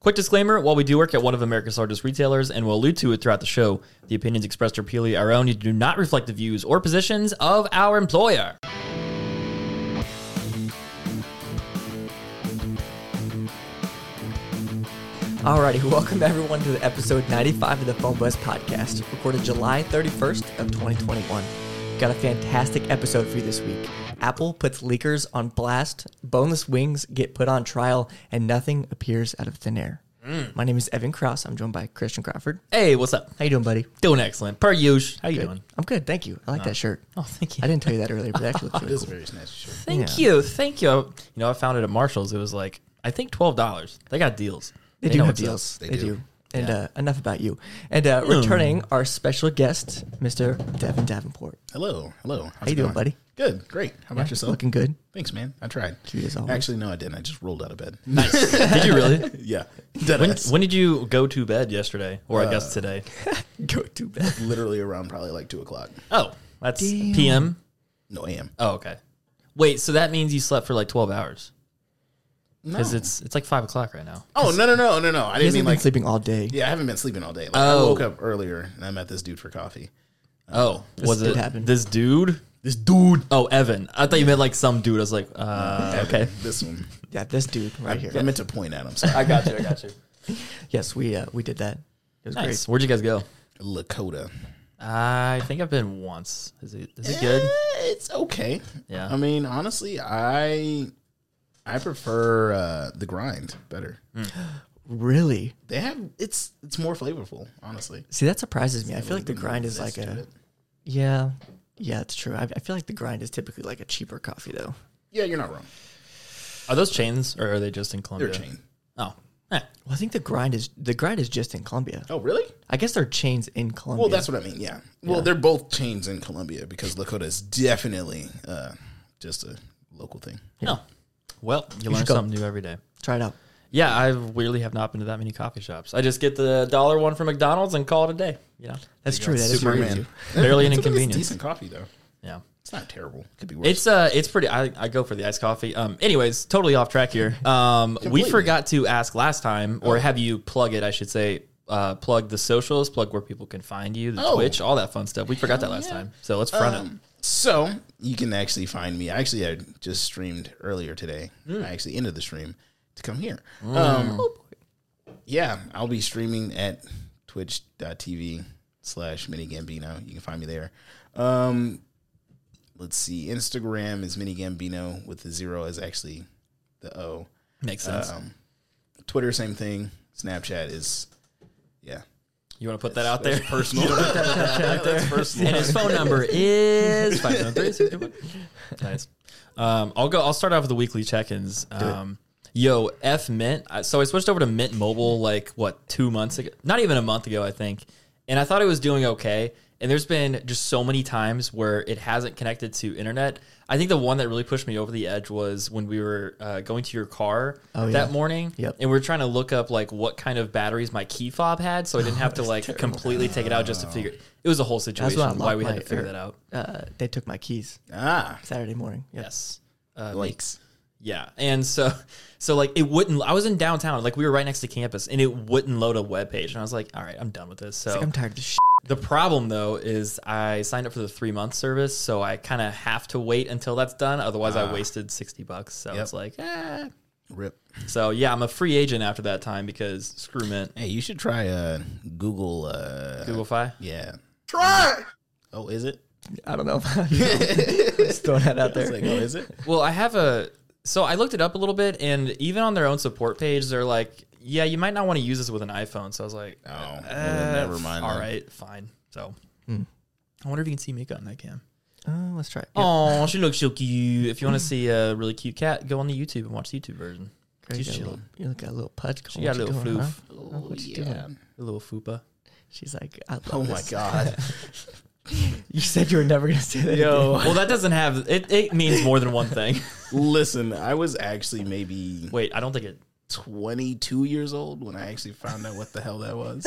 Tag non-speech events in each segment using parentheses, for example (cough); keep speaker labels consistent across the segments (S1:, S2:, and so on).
S1: Quick disclaimer while we do work at one of America's largest retailers and will allude to it throughout the show, the opinions expressed are purely our own and do not reflect the views or positions of our employer.
S2: Alrighty, welcome everyone to episode 95 of the Phone Buzz Podcast, recorded July 31st of 2021. Got a fantastic episode for you this week. Apple puts leakers on blast, boneless wings get put on trial, and nothing appears out of thin air.
S1: Mm.
S2: My name is Evan Krause. I'm joined by Christian Crawford.
S1: Hey, what's up?
S2: How you doing, buddy?
S1: Doing excellent. Per usual. How you doing?
S2: I'm good, thank you. I like that shirt.
S1: Oh, thank you.
S2: I didn't tell you that earlier, but it
S1: (laughs)
S2: actually looks
S3: It
S2: really
S3: is
S2: cool.
S3: a very nice shirt.
S1: Thank you. Thank you. You know, I found it at Marshall's. It was like, I think $12. They got deals.
S2: They, do
S1: know
S2: have
S1: what's up.
S2: deals. They,
S3: They
S2: do.
S3: do.
S2: And uh, enough about you. And uh, returning
S1: Hmm.
S2: our special guest, Mr. Devin Davenport.
S3: Hello, hello. How's
S2: How you
S3: it
S2: doing,
S3: going?
S2: buddy?
S3: Good, great. How about yourself?
S2: Looking good.
S3: Thanks, man. I tried.
S2: Cute as always.
S3: Actually, no, I didn't. I just rolled out of bed.
S1: (laughs) Did you
S2: (laughs)
S1: really?
S3: (laughs) yeah, dead
S1: When,
S3: ass.
S1: when did you go to bed yesterday? Or I
S2: Uh,
S1: guess today?
S2: (laughs) Go to bed.
S3: Literally around probably like two o'clock.
S1: Oh, that's
S2: Damn.
S1: PM.
S3: No a.m.
S1: Oh, okay. Wait, so that means you slept for like 12 hours?
S3: No.
S1: Because it's, it's like 5 o'clock right now.
S3: oh no no no no no!
S2: He
S3: I didn't
S2: hasn't
S3: mean
S2: been
S3: like
S2: sleeping all day.
S3: yeah. I haven't been sleeping all day. Like, I
S1: Oh.
S3: woke up earlier and I met this dude for coffee.
S1: Oh, was
S2: did
S1: it
S2: happen.
S1: this dude?
S3: This dude.
S1: Oh, Evan. I thought you meant like some dude. I was like, uh, okay.
S3: This one.
S2: Yeah, this dude right here.
S3: I meant to point at him. So
S1: I got you. I (laughs) got you.
S2: Yes, we uh, we did that. It was
S1: Nice.
S2: great.
S1: Where'd you guys go?
S3: Lakota.
S1: I think I've been once. Is it is it good?
S3: Eh, It's okay.
S1: Yeah.
S3: I mean, honestly, I I prefer uh, the grind better.
S2: Really?
S3: They have it's it's more flavorful. Honestly.
S2: See, that surprises me. I feel like the grind is like
S3: Taste to
S2: a
S3: it.
S2: yeah, yeah. It's true. I, I feel like the grind is typically like a cheaper coffee though.
S3: Yeah, you're not wrong.
S1: Are those chains or are they just in
S3: They're
S1: Colombia?
S3: a chain.
S1: Oh, eh.
S2: Well, I think the grind is the grind is just in Colombia.
S3: Oh, really?
S2: I guess there are chains in Colombia.
S3: Well, that's what I mean. Yeah. Well, they're both chains in Colombia because Lakota is definitely uh, just a local thing.
S1: no. Oh. Well, you, learn
S2: should go.
S1: something new every day.
S2: try it out.
S1: Yeah, I weirdly have not been to that many coffee shops. I just get the dollar one from McDonald's and call it a day. You know,
S2: That's true. That is what we
S3: Superman.
S2: do.
S1: barely an
S3: It's
S1: inconvenience.
S3: decent coffee though.
S1: Yeah.
S3: It's not terrible. could be worse.
S1: It's uh, it's pretty. I, I go for the iced coffee. Um, anyways, totally off track here. Um, we
S3: Completely.
S1: forgot to ask last time,
S3: Oh.
S1: or have you plug it? I should say, uh, plug the socials, plug where people can find you, the
S3: Oh.
S1: Twitch, all that fun stuff. We forgot that last time, so let's front
S3: Um, so you can actually find me. Actually, I just streamed earlier today. I actually ended the stream to come here. Um, yeah, I'll be streaming at twitch.tv slash mini gambino. You can find me there. Um, let's see. Instagram is mini gambino with the zero is actually the O.
S1: it. Makes sense.
S3: Um, Twitter, same thing. Snapchat is, yeah.
S1: you want to put that out there?
S3: Personal. That's personal.
S1: and his phone number
S2: (laughs)
S1: is five seven three six two one. Nice. Um, I'll go. I'll start off with the weekly check-ins. Um, yo, F Mint. I- So I switched over to Mint Mobile like what two months ago? Not even a month ago, I think. And I thought it was doing okay. And there's been just so many times where it hasn't connected to internet. I think the one that really pushed me over the edge was when we were uh, going to your car
S2: Oh,
S1: that
S2: yeah.
S1: morning,
S2: Yep.
S1: and we were trying to look up like what kind of batteries my key fob had, so I didn't have
S2: (laughs)
S1: to like completely take it out just to figure. It was a whole situation
S2: That's what I
S1: why
S2: love
S1: we had
S2: my-
S1: to figure
S2: er,
S1: that out.
S2: Uh, they took my keys
S3: (laughs) Ah,
S2: Saturday morning. Yeah.
S1: Yes. Uh,
S3: likes.
S1: yeah. And so, (laughs) so like it wouldn't, I was in downtown, like we were right next to campus and it wouldn't load a web page. And I was like, all right, I'm done with this. So
S2: I'm tired of this. Shit.
S1: the problem though is I signed up for the three month service. So I kind of have to wait until that's done. Otherwise
S2: Ah.
S1: I wasted 60 bucks. So it's like, eh.
S3: Rip.
S1: so yeah, I'm a free agent after that time because screw mint.
S3: Hey, you should try uh Google uh
S1: Google Fi.
S3: yeah. Try. Oh, is it?
S2: I don't know. Just throwing that out
S3: (laughs) It's
S2: there.
S3: like, oh, is it?
S1: Well, I have a. So I looked it up a little bit, and even on their own support page, they're like, "Yeah, you might not want to use this with an iPhone." So I was like,
S3: (laughs) Oh, well, then
S1: eh,
S3: never mind.
S1: All
S3: then.
S1: right, fine." So
S3: Hmm.
S1: I wonder if you can see Mika on that cam.
S2: Uh, let's try it. Yeah,
S1: Oh, she looks so cute. If you want to see a really cute cat, go on the YouTube and watch the YouTube version.
S2: Greg,
S1: she's
S2: you, got a
S1: chilling.
S2: little, you got a little pudge.
S1: She got a little floof,
S3: Oh, yeah.
S1: a little fupa.
S2: She's like, I love
S3: Oh my
S2: this.
S3: (laughs) god.
S2: (laughs) You said you were never gonna say that. again.
S1: well, that doesn't have it. It means more than one thing.
S3: Listen, I was actually maybe
S1: Wait, I don't think it.
S3: 22 years old when I actually found out what the hell that (laughs) was.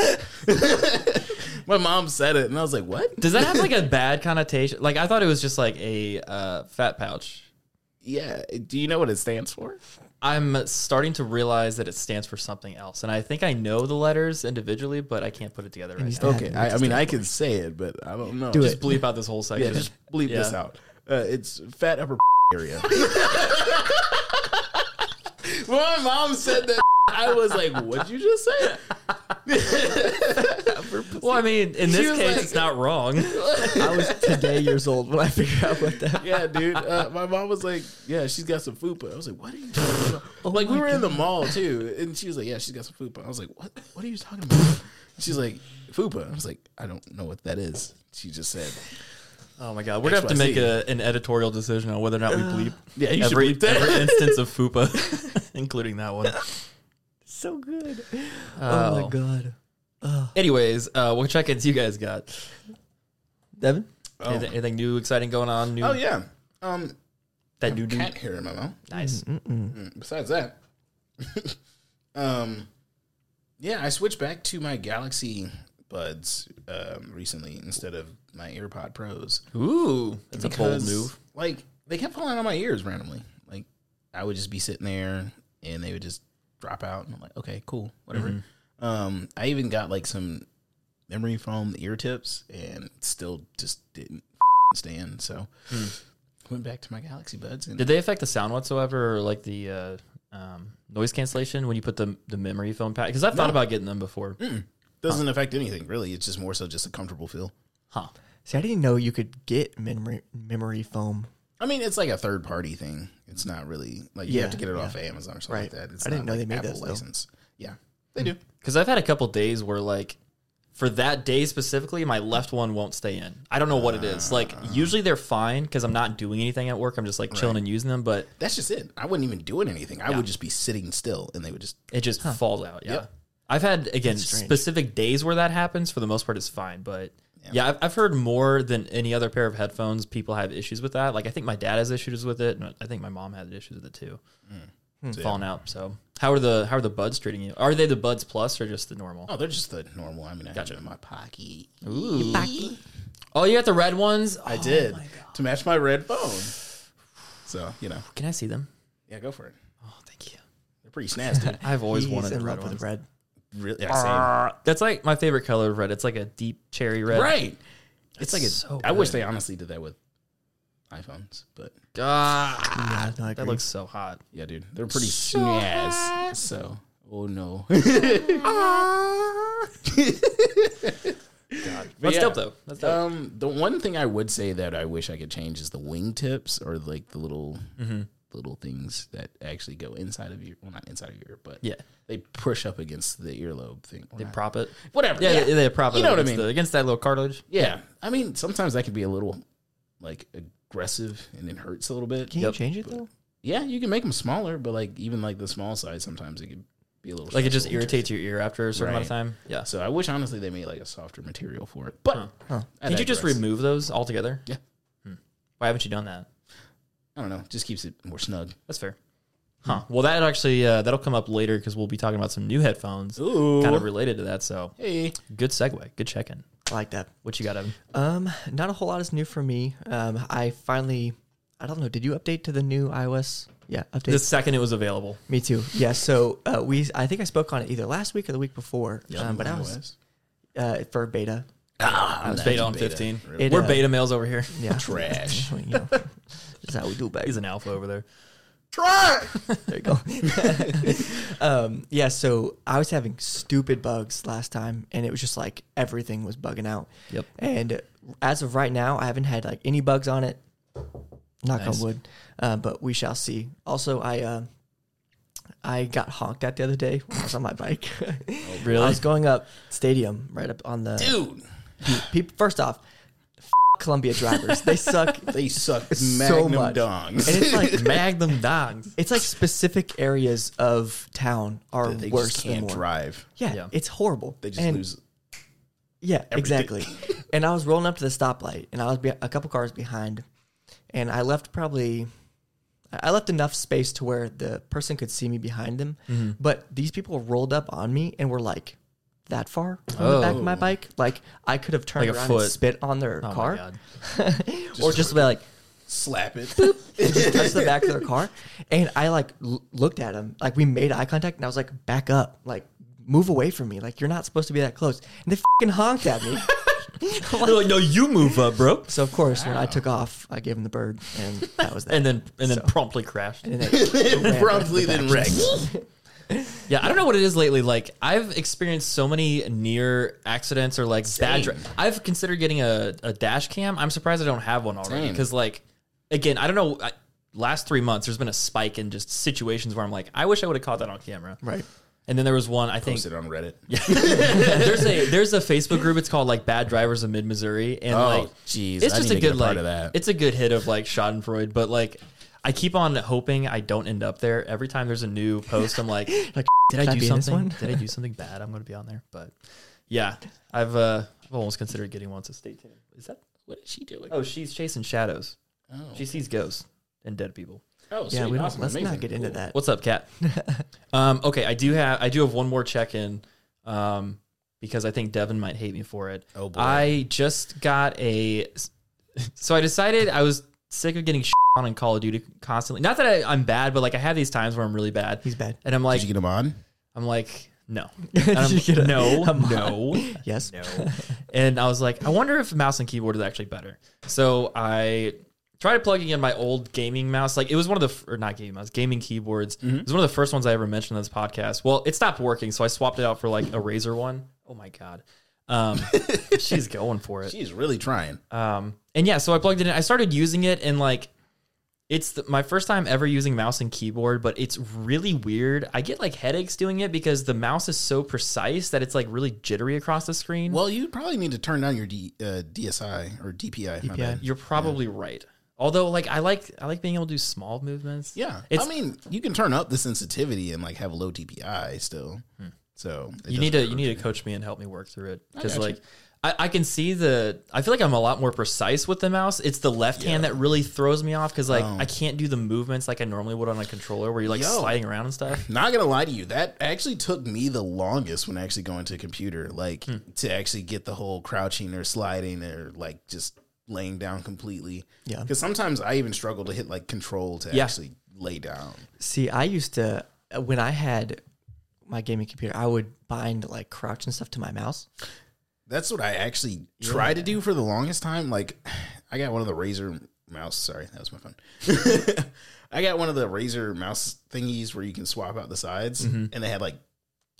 S3: My mom said it, and I was like, "What?"
S1: Does that have like a bad connotation? Like I thought it was just like a uh, fat pouch.
S3: Yeah. Do you know what it stands for?
S1: I'm starting to realize that it stands for something else, and I think I know the letters individually, but I can't put it together right
S2: he's
S1: now.
S2: not-
S3: Okay, I, I mean I can say it, but I don't know.
S2: Do
S1: Just bleep out this whole section.
S3: Yeah, just bleep this
S1: Yeah.
S3: out. Uh, it's fat upper (laughs) area. when my mom said that, (laughs) I was like, "What'd you just (laughs) say?"
S1: Well, I mean, in
S3: She
S1: this
S3: was
S1: case,
S3: like-
S1: it's not wrong.
S2: I was today years old when I figured out what that.
S3: (laughs) Yeah, dude. Uh, my mom was like, "Yeah, she's got some fupa." I was like, "What are you?" Talking about? like we were in the mall too, and she was like, "Yeah, she's got some fupa." I was like, "What? What are you talking about?" She's like, "Fupa." I was like, "I don't know what that is." She just said,
S1: Oh my god, we're gonna have to make a, an editorial decision on whether or not we bleep
S3: Yeah, you should
S1: every,
S3: bleep that. Oh
S1: every
S3: (laughs)
S1: instance of FUPA, (laughs) including that one.
S2: (laughs) So good. Oh
S1: Oh.
S2: my god,
S1: Anyways, uh, what check-ins you guys got?
S2: Devin.
S1: Anything, anything new, exciting going on? New
S3: "Oh yeah, um,
S1: that new dude.
S3: cat hair in my mouth."
S1: Nice.
S3: besides that, (laughs) um, yeah, I switched back to my Galaxy Buds um, recently instead of my AirPod Pros.
S1: Mm-hmm. Ooh, that's a bold
S3: because,
S1: move.
S3: Like they kept falling out of my ears randomly. Like I would just be sitting there and they would just drop out, and I'm like, okay, cool, whatever.
S1: Mm-hmm.
S3: Um, I even got like some memory foam ear tips, and still just didn't (laughs) stand. So went back to my Galaxy Buds, and
S1: Hmm. Did they affect the sound whatsoever, or like the uh, um, noise cancellation when you put the the memory foam pack? Because I've thought about getting them before.
S3: Mm. doesn't affect anything really. It's just more so just a comfortable feel.
S1: Huh.
S2: See, I didn't know you could get memory memory foam.
S3: I mean, it's like a third party thing. It's not really like you
S2: Yeah,
S3: have to get it
S2: yeah.
S3: off of Amazon or something like
S2: Right.
S3: that. It's
S2: I didn't
S3: not
S2: know they
S3: like
S2: made Hmm.
S3: Apple
S2: those, though.
S3: license. Yeah, they do.
S1: Because I've had a couple days where like for that day specifically, my left one won't stay in. I don't know what it is. Like usually they're fine because I'm not doing anything at work. I'm just like chilling and using them, but
S3: That's just it. I wasn't even doing anything. I would just be sitting still, and they would just.
S1: it just falls out. Yeah.
S3: Yep.
S1: I've had again
S2: strange.
S1: specific days where that happens. For the most part, it's fine. But yeah, I've, I've heard more than any other pair of headphones. People have issues with that. Like I think my dad has issues with it, and I think my mom had issues with it too. Hmm, Falling out. So how are the how are the buds treating you? Are they the buds plus or just the normal?
S3: Oh, they're just the normal. I mean, I got it in my pocket.
S1: Ooh. Oh, you got the red ones.
S3: I
S1: Oh,
S3: did to match my red phone. So you know,
S1: Oh, Can I see them?
S3: yeah, go for it.
S1: Oh, thank you.
S3: They're pretty snazzy.
S2: (laughs)
S3: dude.
S1: (laughs) I've always
S2: He's
S1: wanted the
S2: in
S1: red
S2: love
S1: ones.
S2: with red.
S3: really, yeah,
S1: That's like my favorite color of red. It's like a deep cherry red.
S3: same. right.
S1: That's
S3: It's like a. I
S1: so
S3: wish
S1: good.
S3: they honestly did that with iPhones, but
S1: Ah,
S2: Yeah, no, I agree.
S1: that looks so hot.
S3: yeah, dude, they're pretty snazzy. So,
S2: (laughs)
S3: oh no.
S1: That's
S3: yeah.
S1: dope though. That's dope.
S3: Um, the one thing I would say that I wish I could change is the wingtips or like the little
S1: Mm-hmm.
S3: little things that actually go inside of your well not inside of your ear, but
S1: Yeah.
S3: they push up against the earlobe thing. Or
S1: They
S3: not-
S1: prop it.
S3: whatever.
S1: Yeah, They, they prop it.
S3: Ah. You know what I
S1: against
S3: mean.
S1: the- against that little cartilage.
S3: yeah. I mean, sometimes that can be a little like aggressive and it hurts a little bit.
S2: Can
S3: Yeah.
S2: you change it though?
S3: Yeah, you can make them smaller, but like even like the small size sometimes it can be a little
S1: Like it just
S3: stressful.
S1: irritates your ear after a certain amount of
S3: Right.
S1: time. Yeah.
S3: So I wish honestly they made like a softer material for it. But I
S1: Can you just
S3: digress.
S1: remove those altogether?
S3: Yeah.
S1: Hmm. Why haven't you done that?
S3: I don't know, just keeps it more snug.
S1: That's fair. Huh. Well, that actually uh, that'll come up later because we'll be talking about some new headphones,
S3: Ooh.
S1: kind of related to that. So
S3: Hey.
S1: good segue. Good check in.
S2: I like that.
S1: What you got, Evan?
S2: Um, not a whole lot is new for me. Um, I finally, I don't know. Did you update to the new iOS? Yeah, update.
S1: The second it was available.
S2: me too. Yeah. So uh, we, I think I spoke on it either last week or the week before. um, but I was uh, for beta.
S3: Ah,
S1: It's beta on 15.
S2: It,
S1: We're
S2: uh,
S1: beta males over here. (laughs)
S2: Yeah. (laughs)
S3: Trash.
S2: you know, that's how we do back.
S1: He's an alpha over there.
S3: Trash.
S2: There you go. (laughs) um, yeah, so I was having stupid bugs last time, and it was just like everything was bugging out.
S1: Yep.
S2: And as of right now, I haven't had like any bugs on it. Knock
S1: Nice.
S2: on wood, uh, but we shall see. Also, I uh, I got honked at the other day when I was on my bike. (laughs) I
S1: Really?
S2: was going up stadium right up on the
S3: Dude,
S2: people. First off, f- Columbia drivers,
S1: (laughs)
S2: they suck.
S3: they suck
S2: So
S3: magnum
S2: much.
S3: dongs.
S2: And it's like
S1: (laughs) Magnum dogs.
S2: It's like specific areas of town are
S3: they
S2: worse
S3: just
S2: than
S3: can't
S2: more.
S3: drive.
S2: Yeah,
S1: Yeah.
S2: it's horrible.
S3: They just
S2: And-
S3: lose.
S2: Yeah, exactly.
S3: (laughs)
S2: and I was rolling up to the stoplight, and I was be- a couple cars behind, and I left probably, I left enough space to where the person could see me behind them,
S3: Mm-hmm.
S2: but these people rolled up on me and were like. That far from the back of my
S3: Oh.
S2: bike, like I could have turned
S1: Like a
S2: around and
S1: foot.
S2: spit on their
S1: Oh my
S2: car,
S1: God.
S2: or just be like,
S3: slap it. (laughs)
S2: just touched the back of their car. And I like l- looked at him, like we made eye contact, and I was like, back up, like move away from me, like you're not supposed to be that close. And they fucking honked at me.
S1: They're like, no, you move up, bro.
S2: so of course, when I took off, I gave him the bird, and that was that.
S1: And then and then promptly crashed.
S3: (laughs)
S2: And it-
S3: It promptly then wrecked.
S1: Yeah, I don't know what it is lately. Like I've experienced so many near accidents or like bad. Dri- I've considered getting a, a dash cam. I'm surprised I don't have one already
S3: Same.
S1: because like again, I don't know. I, last three months, there's been a spike in just situations where I'm like, I wish I would have caught that on camera.
S2: right.
S1: And then there was one. I think
S3: Posted on Reddit.
S1: there's a there's a Facebook group. It's called like Bad Drivers of Mid Missouri, and
S3: Oh,
S1: like,
S3: jeez,
S1: it's
S3: I
S1: just
S3: need
S1: a
S3: to get
S1: good
S3: a part
S1: like
S3: of that.
S1: it's a good hit of like Schadenfreude. But like, I keep on hoping I don't end up there. Every time there's a new post, I'm
S3: (laughs)
S1: like,
S2: Like,
S1: did
S2: should
S1: I
S2: I
S1: do
S2: be in this
S1: something?
S2: one?
S1: did I do something bad? I'm going to be on there. But yeah, I've uh, I've almost considered getting one. So stay tuned. Is that
S3: What is she doing?
S1: oh she's chasing shadows.
S3: Oh.
S1: She sees ghosts and dead people.
S3: Oh,
S2: yeah,
S3: sweet.
S2: we don't.
S3: Awesome.
S2: Let's
S3: Amazing.
S2: not get into
S3: Cool.
S2: that.
S1: What's up, Kat?
S2: (laughs)
S1: um, okay, I do have I do have one more check in, um, because I think Devin might hate me for it.
S3: Oh, boy.
S1: I just got a, so I decided I was sick of getting on in Call of Duty constantly. Not that I, I'm bad, but like I have these times where I'm really bad,
S2: He's bad.
S1: and I'm like
S3: Did you get him on?
S1: I'm like no,
S2: (laughs) Did
S1: And I'm-
S2: you get a-
S1: no,
S2: (laughs) a mod?
S1: no,
S2: Yes.
S1: no. (laughs) and I was like, I wonder if mouse and keyboard is actually better. So I tried plugging in my old gaming mouse. Like it was one of the f- or not gaming mouse, gaming keyboards. It was one of the first ones I ever mentioned on this podcast. Well, it stopped working, so I swapped it out for like a Razer one. Oh my god, um, she's going for it.
S3: She's really trying.
S1: Um, and yeah, so I plugged it in. I started using it, and like, it's the, my first time ever using mouse and keyboard, but it's really weird. I get like headaches doing it because the mouse is so precise that it's like really jittery across the screen.
S3: Well, you probably need to turn down your D, uh, DSI or DPI. My bad.
S1: You're probably right. Although, like, I like I like being able to do small movements.
S3: Yeah,
S1: It's-
S3: I mean, you can turn up the sensitivity and like have a low DPI still. So it
S1: you need to
S3: doesn't
S1: you need to coach me and help me work through it because
S3: gotcha.
S1: like I, I can see the I feel like I'm a lot more precise with the mouse. It's the left hand that really throws me off because like I can't do the movements like I normally would on a controller where you're like
S3: Oh. Yo.
S1: sliding around and stuff.
S3: Not gonna lie to you, that actually took me the longest when actually going to a computer, like to actually get the whole crouching or sliding or like just laying down completely.
S2: Yeah.
S3: because sometimes I even struggle to hit like control to
S1: Yeah.
S3: actually lay down.
S2: See, I used to uh, when I had my gaming computer, I would bind like crouch and stuff to my mouse.
S3: That's what I actually try to do for the longest time. Like, (sighs) I got one of the Razer mouse. Sorry, that was my phone. I got one of the Razer mouse thingies where you can swap out the sides, and they had like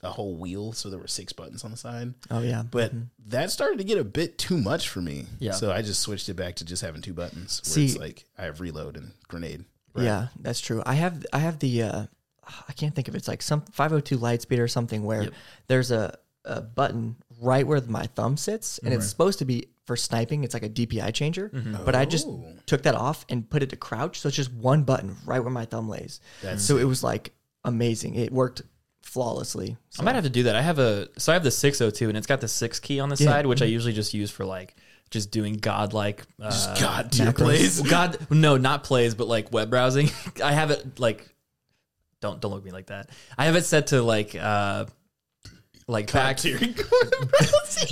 S3: a whole wheel, so there were six buttons on the side.
S2: Oh yeah,
S3: But that started to get a bit too much for me.
S1: Mm-hmm. Yeah.
S3: So I just switched it back to just having two buttons. Where
S2: See-
S3: it's like I have reload and grenade.
S1: Uh,
S2: yeah, that's true. I have I have the uh, I can't think of it. it's like some 502 Lightspeed or something where there's a, a button right where my thumb sits, and it's supposed to be for sniping. It's like a DPI changer,
S1: Mm-hmm.
S2: but I just
S1: Oh.
S2: took that off and put it to crouch, so it's just one button right where my thumb lays. so it was like amazing. It worked flawlessly.
S1: I might have to do that. I have a so I have the 602 and it's got the six key on the side, which I
S3: Mm-hmm.
S1: usually just use for like just doing godlike. Uh,
S3: God, dear plays.
S1: God, no, not plays, but like web browsing. (laughs) I have it like, don't don't look at me like that. I have it set to like, uh like back
S3: (laughs)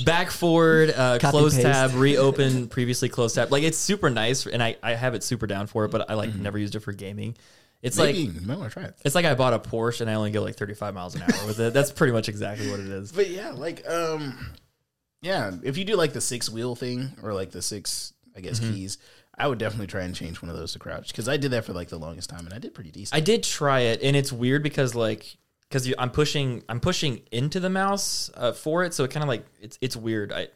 S1: back forward, uh,
S2: Copy
S1: close
S2: paste. (laughs)
S1: tab, reopen previously closed tab. Like it's super nice, and I I have it super down for it, but I like never used it for gaming. It's
S3: Mm-hmm. Maybe
S1: like
S3: you might want to try it.
S1: it's like I bought a Porsche and I only go like 35 miles an hour with it. That's pretty much exactly what it is.
S3: But yeah, like um, yeah, if you do like the six wheel thing or like the six, I guess
S1: Mm-hmm.
S3: keys, I would definitely try and change one of those to crouch because I did that for like the longest time and I did pretty decent.
S1: I did try it, and it's weird because like because I'm pushing I'm pushing into the mouse uh, for it, so it kind of like it's it's weird. I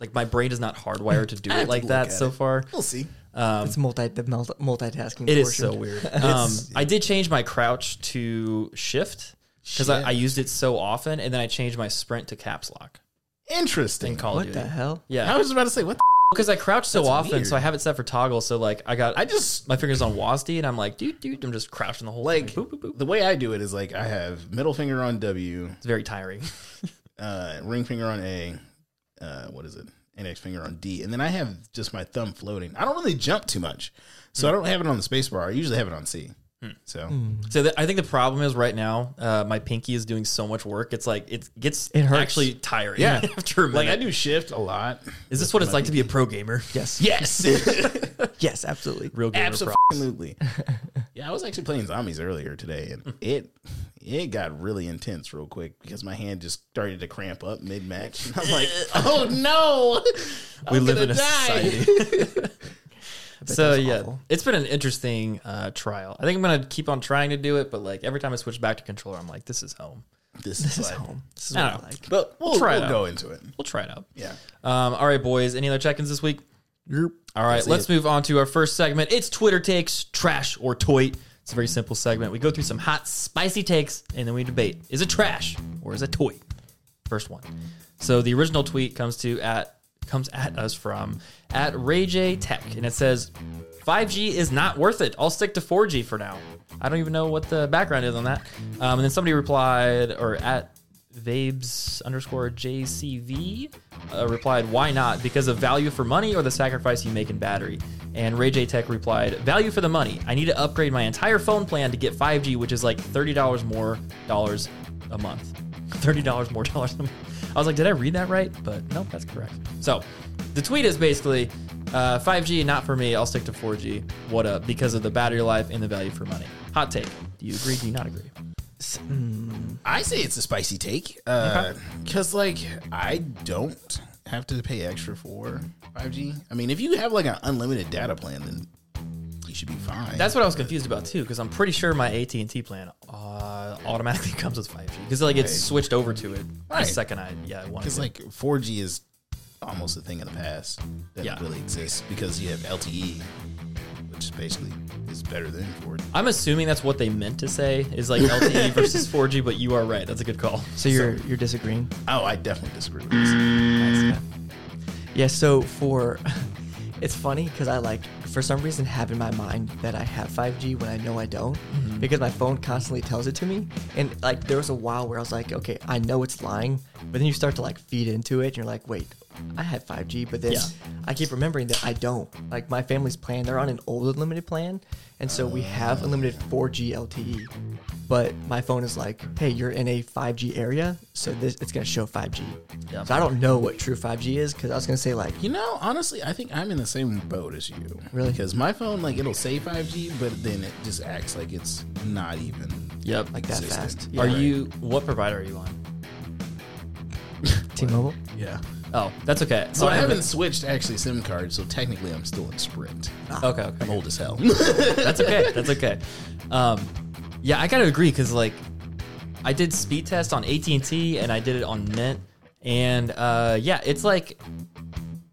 S1: like my brain is not hardwired to
S3: (laughs)
S1: do it
S3: have to
S1: like
S3: look
S1: that
S3: at
S1: so
S3: it.
S1: far.
S3: we'll see.
S2: it's multi the multi- multitasking.
S1: Um, It is
S2: portion.
S1: so weird.
S3: (laughs)
S1: Um, I did change my crouch to shift because I, I used it so often, and then I changed my sprint to caps lock in
S3: Interesting.
S1: Call of
S2: What
S1: Duty.
S2: the hell?
S1: Yeah,
S3: I
S1: (laughs)
S3: was about to say what the
S1: because I crouch so often, so I
S3: weird.
S1: have it set for toggle. So like I got
S3: I just
S1: my fingers on WASD, and I'm like, dude, dude, I'm just crouching the whole
S3: like
S1: time. Boop, boop, boop.
S3: the way I do it is like I have middle finger on W,
S1: It's very tiring.
S3: uh, ring finger on A, uh, what is it? Index finger on D, and then I have just my thumb floating. I don't really jump too much, so I don't have it on the space bar. I usually have it on C. So
S1: So the, I think the problem is right now, uh, my pinky is doing so much work. It's like it gets
S2: It hurts.
S1: actually tiring.
S3: Yeah.
S1: (laughs) after a
S3: like I
S1: minute.
S3: do shift a lot.
S1: Is this what it's like to be a pro gamer?
S2: Yes.
S3: Yes,
S2: Yes, absolutely.
S1: Real gamer. Pro.
S3: absolutely. (laughs) yeah, I was actually playing zombies earlier today,
S1: Hmm.
S3: and it it got really intense real quick because my hand just started to cramp up mid match. (laughs)
S1: (laughs)
S3: I'm like, oh no,
S1: we
S3: I'm
S1: live
S3: gonna
S1: in a
S3: die.
S1: society. so
S2: (laughs) that's
S1: yeah,
S2: awful.
S1: it's been an interesting uh, trial. I think I'm gonna keep on trying to do it, but like every time I switch back to controller, I'm like, this is home.
S3: This is
S2: This
S3: like-
S2: home. This is
S1: I
S2: what I,
S1: don't know.
S2: like.
S3: But we'll,
S1: try it
S3: we'll
S1: out.
S3: go into it.
S1: We'll try it out.
S3: Yeah.
S1: Um, all right, boys. Any other check-ins this week? All right,
S3: That's
S1: let's
S3: it.
S1: move on to our first segment. It's Twitter takes, trash or toit. It's a very simple segment. We go through some hot, spicy takes, and then we debate: is it trash or is it toit? First one. So the original tweet comes to at comes at us from at Ray J Tech, and it says, "5G is not worth it. I'll stick to 4G for now." I don't even know what the background is on that. Um, and then somebody replied, or at Vabes underscore JCV uh, replied, Why not? Because of value for money or the sacrifice you make in battery. And Ray J Tech replied, Value for the money. I need to upgrade my entire phone plan to get 5G, which is like $30 more dollars a month. $30 more (laughs) dollars a month. I was like, Did I read that right? But nope, that's correct. So the tweet is basically uh, 5G, not for me. I'll stick to 4G. What up? Because of the battery life and the value for money. Hot take. Do you agree? Do you not agree?
S3: I say it's a spicy take because, like, I don't have to pay extra for 5G. I mean, if you have like an unlimited data plan, then you should be fine.
S1: That's what I was confused about too, because I'm pretty sure my AT and T plan uh, automatically (laughs) comes with 5G because like it's switched over to it the
S3: Right.
S1: second I yeah I wanted
S3: because
S1: to.
S3: like 4G is almost a thing of the past that
S1: Yeah.
S3: really exists because you have LTE, which is basically is better than 4G.
S1: I'm assuming that's what they meant to say is like
S3: (laughs)
S1: LTE versus 4G, but you are right. That's a good call.
S2: So you're you're disagreeing?
S3: Oh, I definitely disagree with this.
S2: Mm. Yeah. So for, it's funny because I like for some reason have in my mind that I have 5G when I know I don't
S1: Mm-hmm.
S2: because my phone constantly tells it to me. And like there was a while where I was like, okay, I know it's lying, but then you start to like feed into it and you're like, wait, I have 5G, but then
S1: Yeah.
S2: I keep remembering that I don't. Like my family's plan, they're on an old unlimited plan, and so we have unlimited 4G LTE. E. But my phone is like, hey, you're in a 5G area, so this it's gonna show 5G.
S1: Yeah.
S2: So I don't know what true 5G is because I was gonna say like
S3: You know, honestly, I think I'm in the same boat as you.
S2: Really?
S3: Because my phone, like, it'll say 5G, but then it just acts like it's not even.
S1: Yep.
S2: like that
S3: Existing.
S2: fast.
S1: are you what provider are you on?
S2: T-Mobile?
S3: Yeah.
S1: Oh, that's okay.
S3: So I
S1: have
S3: haven't switched actually SIM card, so technically I'm still in Sprint.
S1: a- Okay. Okay.
S3: I'm old
S1: (laughs)
S3: as hell.
S1: That's okay. That's okay. Um, yeah, I gotta agree because like I did speed test on AT and T and I did it on Mint, and uh, yeah, it's like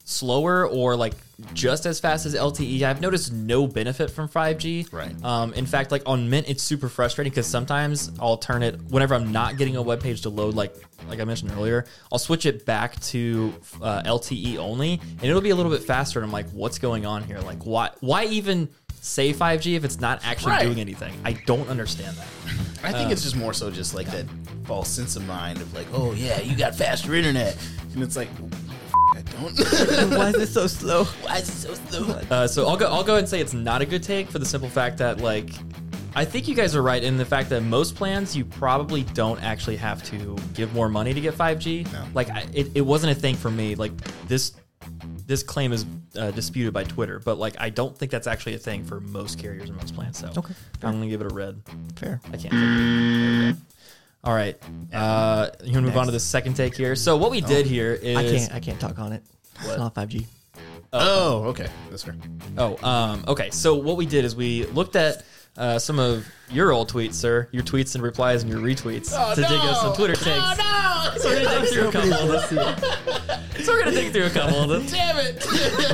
S1: slower or like just as fast as LTE. I've noticed no benefit from 5G.
S3: Right.
S1: Um, in fact, like on Mint, it's super frustrating because sometimes I'll turn it whenever I'm not getting a web page to load. Like like I mentioned earlier, I'll switch it back to uh, LTE only, and it'll be a little bit faster. And I'm like, what's going on here? Like, why why even say 5G if it's not actually
S3: Right.
S1: doing anything? I don't understand that.
S3: I think it's just more so just like that false sense of mind of like, oh yeah, you got faster internet, and it's like, I don't.
S2: (laughs)
S3: (laughs)
S2: Why is it so slow?
S3: Why is it so slow?
S1: Uh, so I'll go. I'll go ahead and say it's not a good take for the simple fact that like, I think you guys are right in the fact that most plans you probably don't actually have to give more money to get 5G.
S3: No.
S1: Like I, it, it wasn't a thing for me. Like this this claim is uh, disputed by Twitter, but like I don't think that's actually a thing for most carriers and most plans. So
S2: Okay,
S1: I'm gonna give it a red.
S2: Fair.
S1: I can't. There we go. All right, uh, you want to move on to the second take here. So what we did here is
S2: Oh. I can't I can't talk on it. It's not 5G.
S3: Oh, okay, that's fair.
S1: Oh, um, okay. So what we did is we looked at uh, some of your old tweets, sir, your tweets and replies and your retweets
S2: Oh,
S1: to dig up some Twitter takes. So (laughs) we're gonna dig through a couple of them.
S2: (laughs)
S1: so we're gonna dig through a couple of them.
S3: Damn it!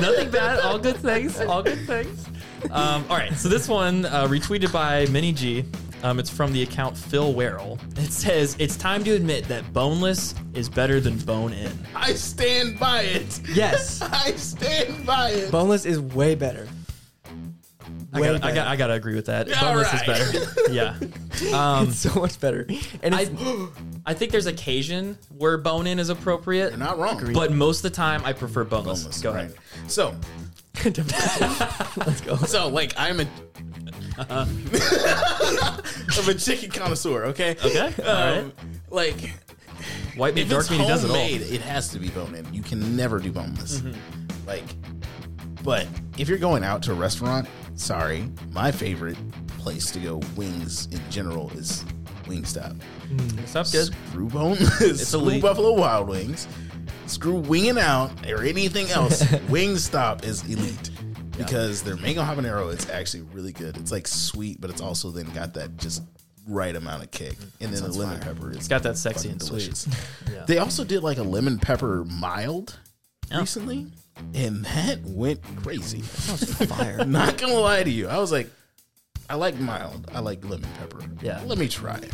S1: (laughs) Nothing bad. All good things. All good things. Um, all right. So this one uh, retweeted by Mini G. Um, it's from the account Phil Werrell. It says, "It's time to admit that boneless is better than bone in."
S3: I stand by it.
S2: Yes.
S3: (laughs) I stand by it.
S2: Boneless is way better.
S1: I
S2: Way
S1: gotta, I
S2: better.
S1: gotta, I gotta agree with that.
S3: All
S1: boneless
S3: right.
S1: is
S2: (laughs)
S1: better. Yeah. Um,
S2: It's so much better.
S1: (laughs)
S2: And it's,
S1: I, I think there's occasion where bone in is appropriate,
S3: You're not wrong.
S1: but most of the time I prefer boneless.
S3: Boneless,
S1: Go
S2: (laughs)
S3: right.
S1: ahead.
S3: So,
S2: Let's go.
S3: so like I'm a (laughs) of a chicken connoisseur. Okay.
S1: Okay, all
S3: Um, Like
S1: White meat,
S3: if
S1: dark
S3: it's
S1: meat, he does it all.
S3: homemade, it has to be bone in. You can never do boneless.
S1: Mm-hmm.
S3: Like, but if you're going out to a restaurant, sorry, my favorite place to go wings in general is Wingstop.
S1: Sounds good.
S3: Screw bone, it's screw
S1: elite.
S3: Buffalo Wild Wings, screw winging out or anything
S1: (laughs)
S3: else. Wingstop is elite. Because their mango habanero is actually really good. It's like sweet, but it's also then got that just right amount of kick. And then the lemon pepper is
S1: It's got that sexy
S3: fucking
S1: and sweet. (laughs)
S3: delicious. They also did like a lemon pepper mild
S1: Oh.
S3: recently, and that went crazy. (laughs)
S2: Fire.
S3: I'm not gonna lie to you, I was like, I like mild, I like lemon pepper.
S1: Yeah. Mm.
S3: let me try it.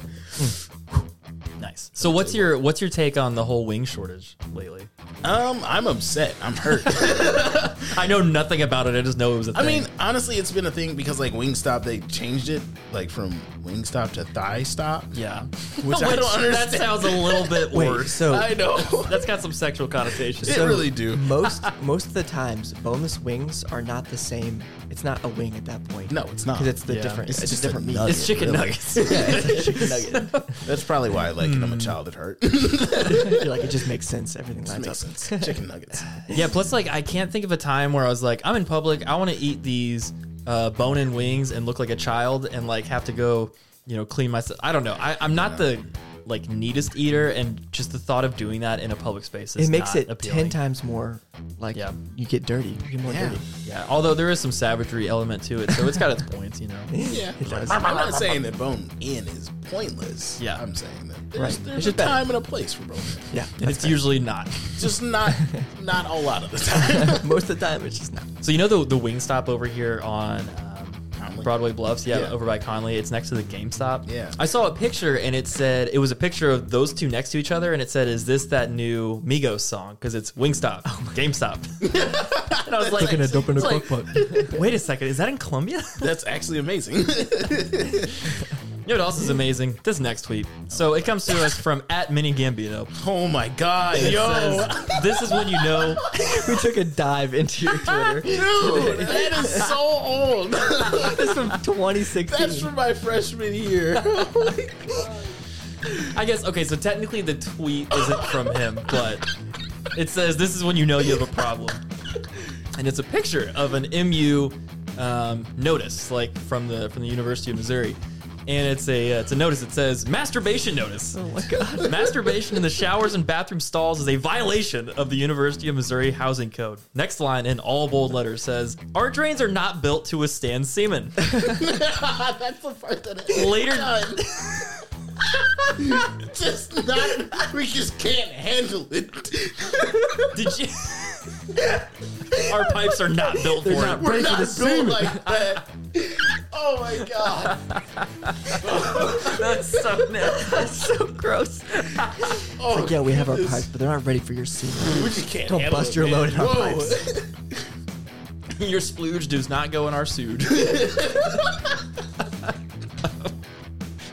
S1: Nice. So what's your what's your take on the whole wing shortage lately?
S3: Um, I'm upset. I'm
S2: (laughs)
S3: hurt.
S1: I know nothing about it. I just know it was a
S3: I
S1: thing.
S3: mean, honestly, it's been a thing because like Wingstop, they changed it like from Wingstop to Thigh Stop. (laughs)
S1: yeah.
S3: Which I don't
S1: That (laughs)
S3: understand.
S1: sounds a little bit
S2: Wait,
S1: worse.
S2: so
S3: I know.
S1: That's got some sexual connotations.
S3: It really do.
S2: most most of the times, boneless wings are not the same. It's not a wing at that point.
S3: No, it's not.
S2: because it's the
S1: Yeah.
S2: different. It's,
S3: It's
S2: just
S3: just a
S2: different meat.
S3: nugget.
S1: It's chicken
S3: Really?
S1: nuggets.
S2: It's a chicken nugget.
S3: That's probably why I like it. I'm a
S2: Hmm.
S3: child
S2: (laughs)
S3: at heart.
S2: You're like it just makes sense. Everything lines
S3: Makes
S2: up.
S3: sense. Chicken nuggets.
S1: Yeah, plus like I can't think of a time where I was like, I'm in public, I want to eat these uh, bone-in wings and look like a child and like have to go, you know, clean myself. I don't know. I, I'm not the like neatest eater, and just the thought of doing that in a public space is
S2: It makes
S1: not
S2: it ten
S1: appealing.
S2: times more. Like
S1: Yeah.
S2: you get dirty. You get more
S3: Yeah.
S2: dirty.
S1: Yeah, although there is some savagery element to it, so it's got its points,
S2: (laughs)
S1: you know.
S3: Yeah,
S2: (laughs) It does.
S3: I'm not saying that bone in is pointless.
S1: Yeah.
S3: I'm saying that there's,
S2: Right. It's
S3: there's a
S2: just better.
S3: time and a place for bone. in.
S2: Yeah,
S1: (laughs) And it's usually not.
S2: (laughs)
S3: Just not not a lot of the time. (laughs)
S2: most of the time it's just not.
S1: So you know the the wing stop over here on um,
S3: Conley?
S1: Broadway Bluffs, yeah,
S3: Yeah.
S1: over by Conley. It's next to the GameStop.
S3: Yeah.
S1: I saw a picture and it said it was a picture of those two next to each other, and it said, "Is this that new Migos song?" Because it's Wingstop,
S3: Oh
S1: GameStop. (laughs) and I was like,
S3: Cooking it up in a crock
S1: (laughs) "Wait a second, is that in (laughs) Colombia?"
S3: That's actually amazing. (laughs)
S1: you know what else is amazing? This next tweet. So it comes to us from at Mini Gambino.
S3: oh my god,
S1: It
S3: yo,
S1: says, "This is when you know."
S2: We took a dive into your Twitter. (laughs)
S3: dude, (laughs) that is so old.
S2: This is from 2016.
S3: That's from my freshman year.
S1: I guess okay, so technically the tweet isn't from him, but it says this is when you know you have a problem. And it's a picture of an MU um, notice, like from the from the University of Missouri, and it's a uh, it's a notice that says masturbation notice.
S2: oh my god.
S1: Masturbation in the showers and bathroom stalls is a violation of the University of Missouri Housing Code. Next line in all bold letters says, Our drains are not built to withstand semen.
S3: (laughs) That's the part that I
S1: Later-
S3: done. (laughs) just not. We just can't handle it.
S1: Did you?
S2: (laughs)
S1: Our pipes are not built for
S2: not
S1: it.
S3: We're
S2: Pray for
S3: not
S2: the
S3: built like that. Oh my god.
S1: That's
S2: (laughs)
S1: so nasty.
S2: That's so gross.
S3: Oh,
S2: Yeah, we have our
S3: goodness.
S2: pipes, but they're not ready for your semen.
S3: We just can't
S2: Don't
S3: handle
S2: bust
S3: it,
S2: your
S3: man.
S2: load in our
S3: Whoa. (laughs)
S2: pipes.
S1: Your splooge does not go in our
S2: (laughs)
S1: suit. (laughs)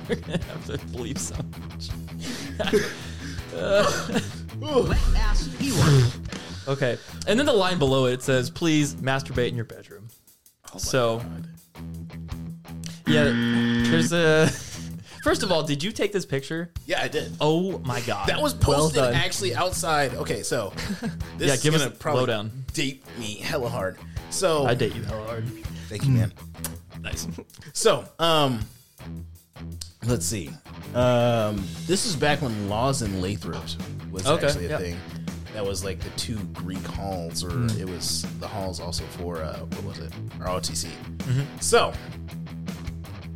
S1: We're gonna have to believe so much.
S3: Oh
S1: Okay, and then the line below it, it says, "Please masturbate in your bedroom." so, yeah, there's a. (laughs) First of all, did you take this picture?
S3: Yeah, I did.
S1: Oh my god,
S3: That was
S2: Well
S3: posted
S2: done.
S3: actually outside. Okay,
S2: (laughs)
S3: so this
S1: Yeah,
S3: is
S1: give us
S3: gonna
S1: a
S3: probably
S1: lowdown.
S3: date me hella hard. So
S1: I date you hella hard.
S3: Thank you, man.
S1: (laughs) Nice.
S3: So, um, let's see. Um, this is back when Laws and Lathrops was
S1: Okay,
S3: actually a
S1: yeah. Hmm.
S3: thing. That was like the two Greek halls, or it was the halls also for uh, what was it? ROTC.
S1: Mm-hmm.
S3: So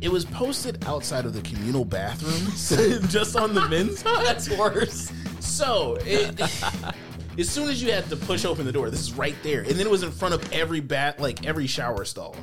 S3: it was posted outside of the
S1: (laughs)
S3: communal bathrooms, (laughs) just on the men's
S1: Oh, That's worse.
S3: So, it, (laughs) as soon as you had to push open the door, this is right there, and then it was in front of every bat, like every shower stall,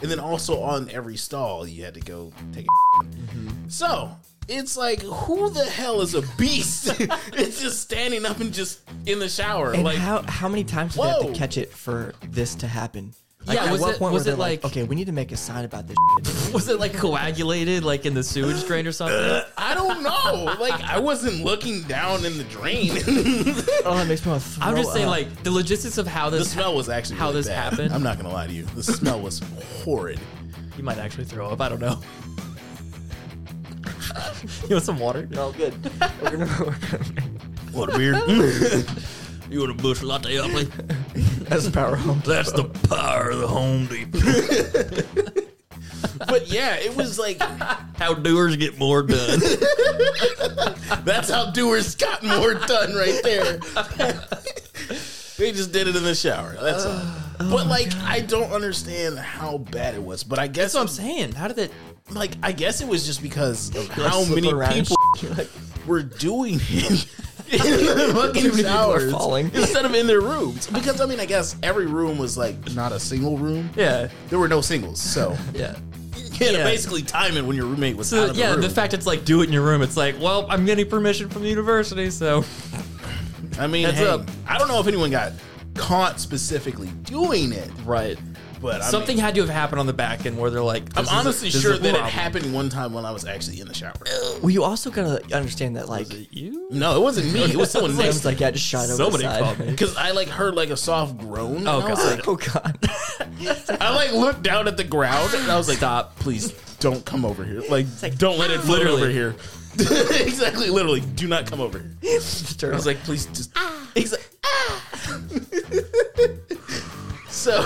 S3: and then also on every stall you had to go take. A (laughs)
S1: Mm-hmm.
S3: So it's like, who the hell is a beast? (laughs) it's just standing up and just in the shower,
S2: And
S3: like
S2: how how many times did they have to
S3: Whoa.
S2: catch it for this to happen? Like,
S1: Yeah,
S2: at
S1: was
S2: what
S1: it-
S2: point
S1: was
S2: were they
S1: it like-
S2: okay, we need to make a sign about this?
S1: (laughs)
S2: shit.
S1: Was it like coagulated, like in the sewage drain or something?
S3: I don't know. like I wasn't looking down in the drain. (laughs)
S2: oh, that makes me want to throw
S1: I'm just saying,
S2: up.
S1: like the logistics of how
S3: the
S1: this.
S3: smell was actually
S1: How
S3: really
S1: this
S3: bad.
S1: happened?
S3: I'm not gonna lie to you. The smell was horrid.
S1: You might actually throw up. I don't know. (laughs) you want some water?
S2: They're
S1: (laughs)
S2: all good. We're gonna, we're gonna- (laughs)
S3: What a beard.
S1: You want a bush latte, Upley?
S2: that's the power home.
S1: That's the power of the Home Depot.
S3: but yeah, it was like
S1: How doers get more (laughs) done.
S3: that's how doers got more done right there. they just did it in the shower. That's all. (sighs) But like, I don't understand how bad it was. But I guess
S1: That's what I'm saying. How did it?
S3: I'm like, I guess it was just because of
S2: You're, like,
S3: how
S2: slipping
S3: many
S2: around and
S3: people (laughs)
S2: You're like,
S3: were doing it. In the fucking
S2: people are
S3: showers
S2: falling.
S3: instead of in their rooms, because I mean, I guess every room was like not a single room.
S1: Yeah,
S3: There were no singles, so
S1: yeah.
S3: you had to
S1: Yeah.
S3: basically time it when your roommate was out
S1: So
S3: of the
S1: yeah,
S3: room.
S1: the fact it's like do it in your room. It's like, well, I'm getting permission from the university, so
S3: I mean,
S1: Heads
S3: hey,
S1: up.
S3: I don't know if anyone got caught specifically doing it,
S1: right.
S3: but I
S1: Something
S3: mean,
S1: had to have happened on the back end where they're like, this
S3: I'm
S1: is a-
S3: honestly
S1: this is
S3: sure
S1: a
S3: that it
S1: problem.
S3: happened one time when I was actually in the shower.
S2: well, you also gotta understand that like
S1: You?
S3: No, it wasn't me. It was someone
S2: I was
S3: next.
S2: like, yeah, just shot over
S1: Somebody
S2: the side.
S1: called me.
S3: Because I like heard like a soft groan. and
S1: Oh,
S3: I was
S1: God.
S2: (laughs)
S3: like,
S2: Oh god. (laughs)
S3: I like looked down at the ground and I was like, stop, please don't come over here. Like, don't let it float
S1: Literally.
S3: over here. (laughs) exactly, literally, do not come over here. I was like, please just. He's like, (laughs) so,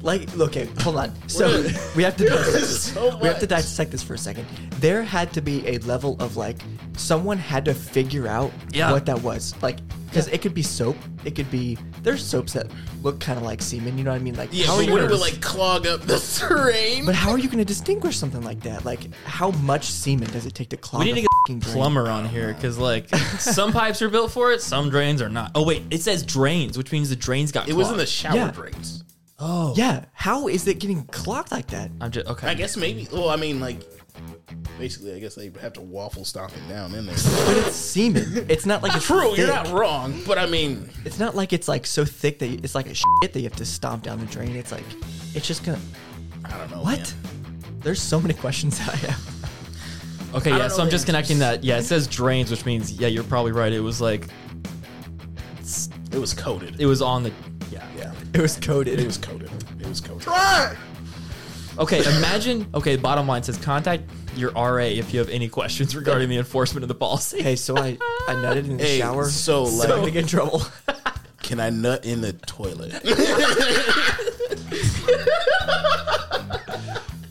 S2: like look, okay, hold on. So (laughs) we have to dissect this.
S3: So
S2: we have to
S3: much.
S2: dissect this for a second. There had to be a level of like someone had to figure out
S1: Yeah.
S2: what that was. Like because it could be soap, it could be there's soaps that look kind of like semen. You know what I mean? Like
S3: yeah,
S2: how
S3: (laughs) so
S2: are
S3: it
S2: you
S3: would
S2: gonna,
S3: like clog up the (laughs) terrain.
S2: but how are you going to distinguish something like that? Like how much semen does it take to clog?
S1: We need
S2: a
S1: to
S2: fing
S1: get a
S2: drain?
S1: plumber on here because like some pipes are built for it, some drains are not. Oh wait, it says drains, which means the drains got.
S3: It was in the shower
S2: Yeah.
S3: drains.
S1: oh
S2: Yeah, how is it getting clogged like that?
S1: I'm just okay.
S3: I guess maybe. Well, I mean, like, basically, I guess they have to waffle stomp it down in there.
S2: But it's semen. It's not like it's
S3: (laughs) True,
S2: thick.
S3: you're not wrong, but I mean,
S2: It's not like it's like so thick that you, it's like
S3: Mm.
S2: a shit that you have to stomp down the drain. It's like it's just gonna.
S3: I don't know.
S2: What?
S3: man.
S2: There's so many questions (laughs) that I have.
S1: Okay,
S3: don't
S1: yeah.
S3: know
S1: So I'm
S3: the
S1: just connecting that. Yeah, it says drains, which means yeah, you're probably right. It was like
S3: It was coated.
S1: it was on the. Yeah.
S3: yeah,
S2: It was coded.
S3: it
S2: (laughs)
S3: was coated. It was coated.
S1: Okay. Imagine. Okay. Bottom line says contact your RA if you have any questions regarding the enforcement of the policy.
S2: hey, so I I nutted in the
S3: Hey,
S2: shower. (laughs)
S3: so,
S2: I'm
S3: like-
S2: gonna get in
S3: (laughs)
S2: trouble.
S3: Can I nut in the toilet? (laughs)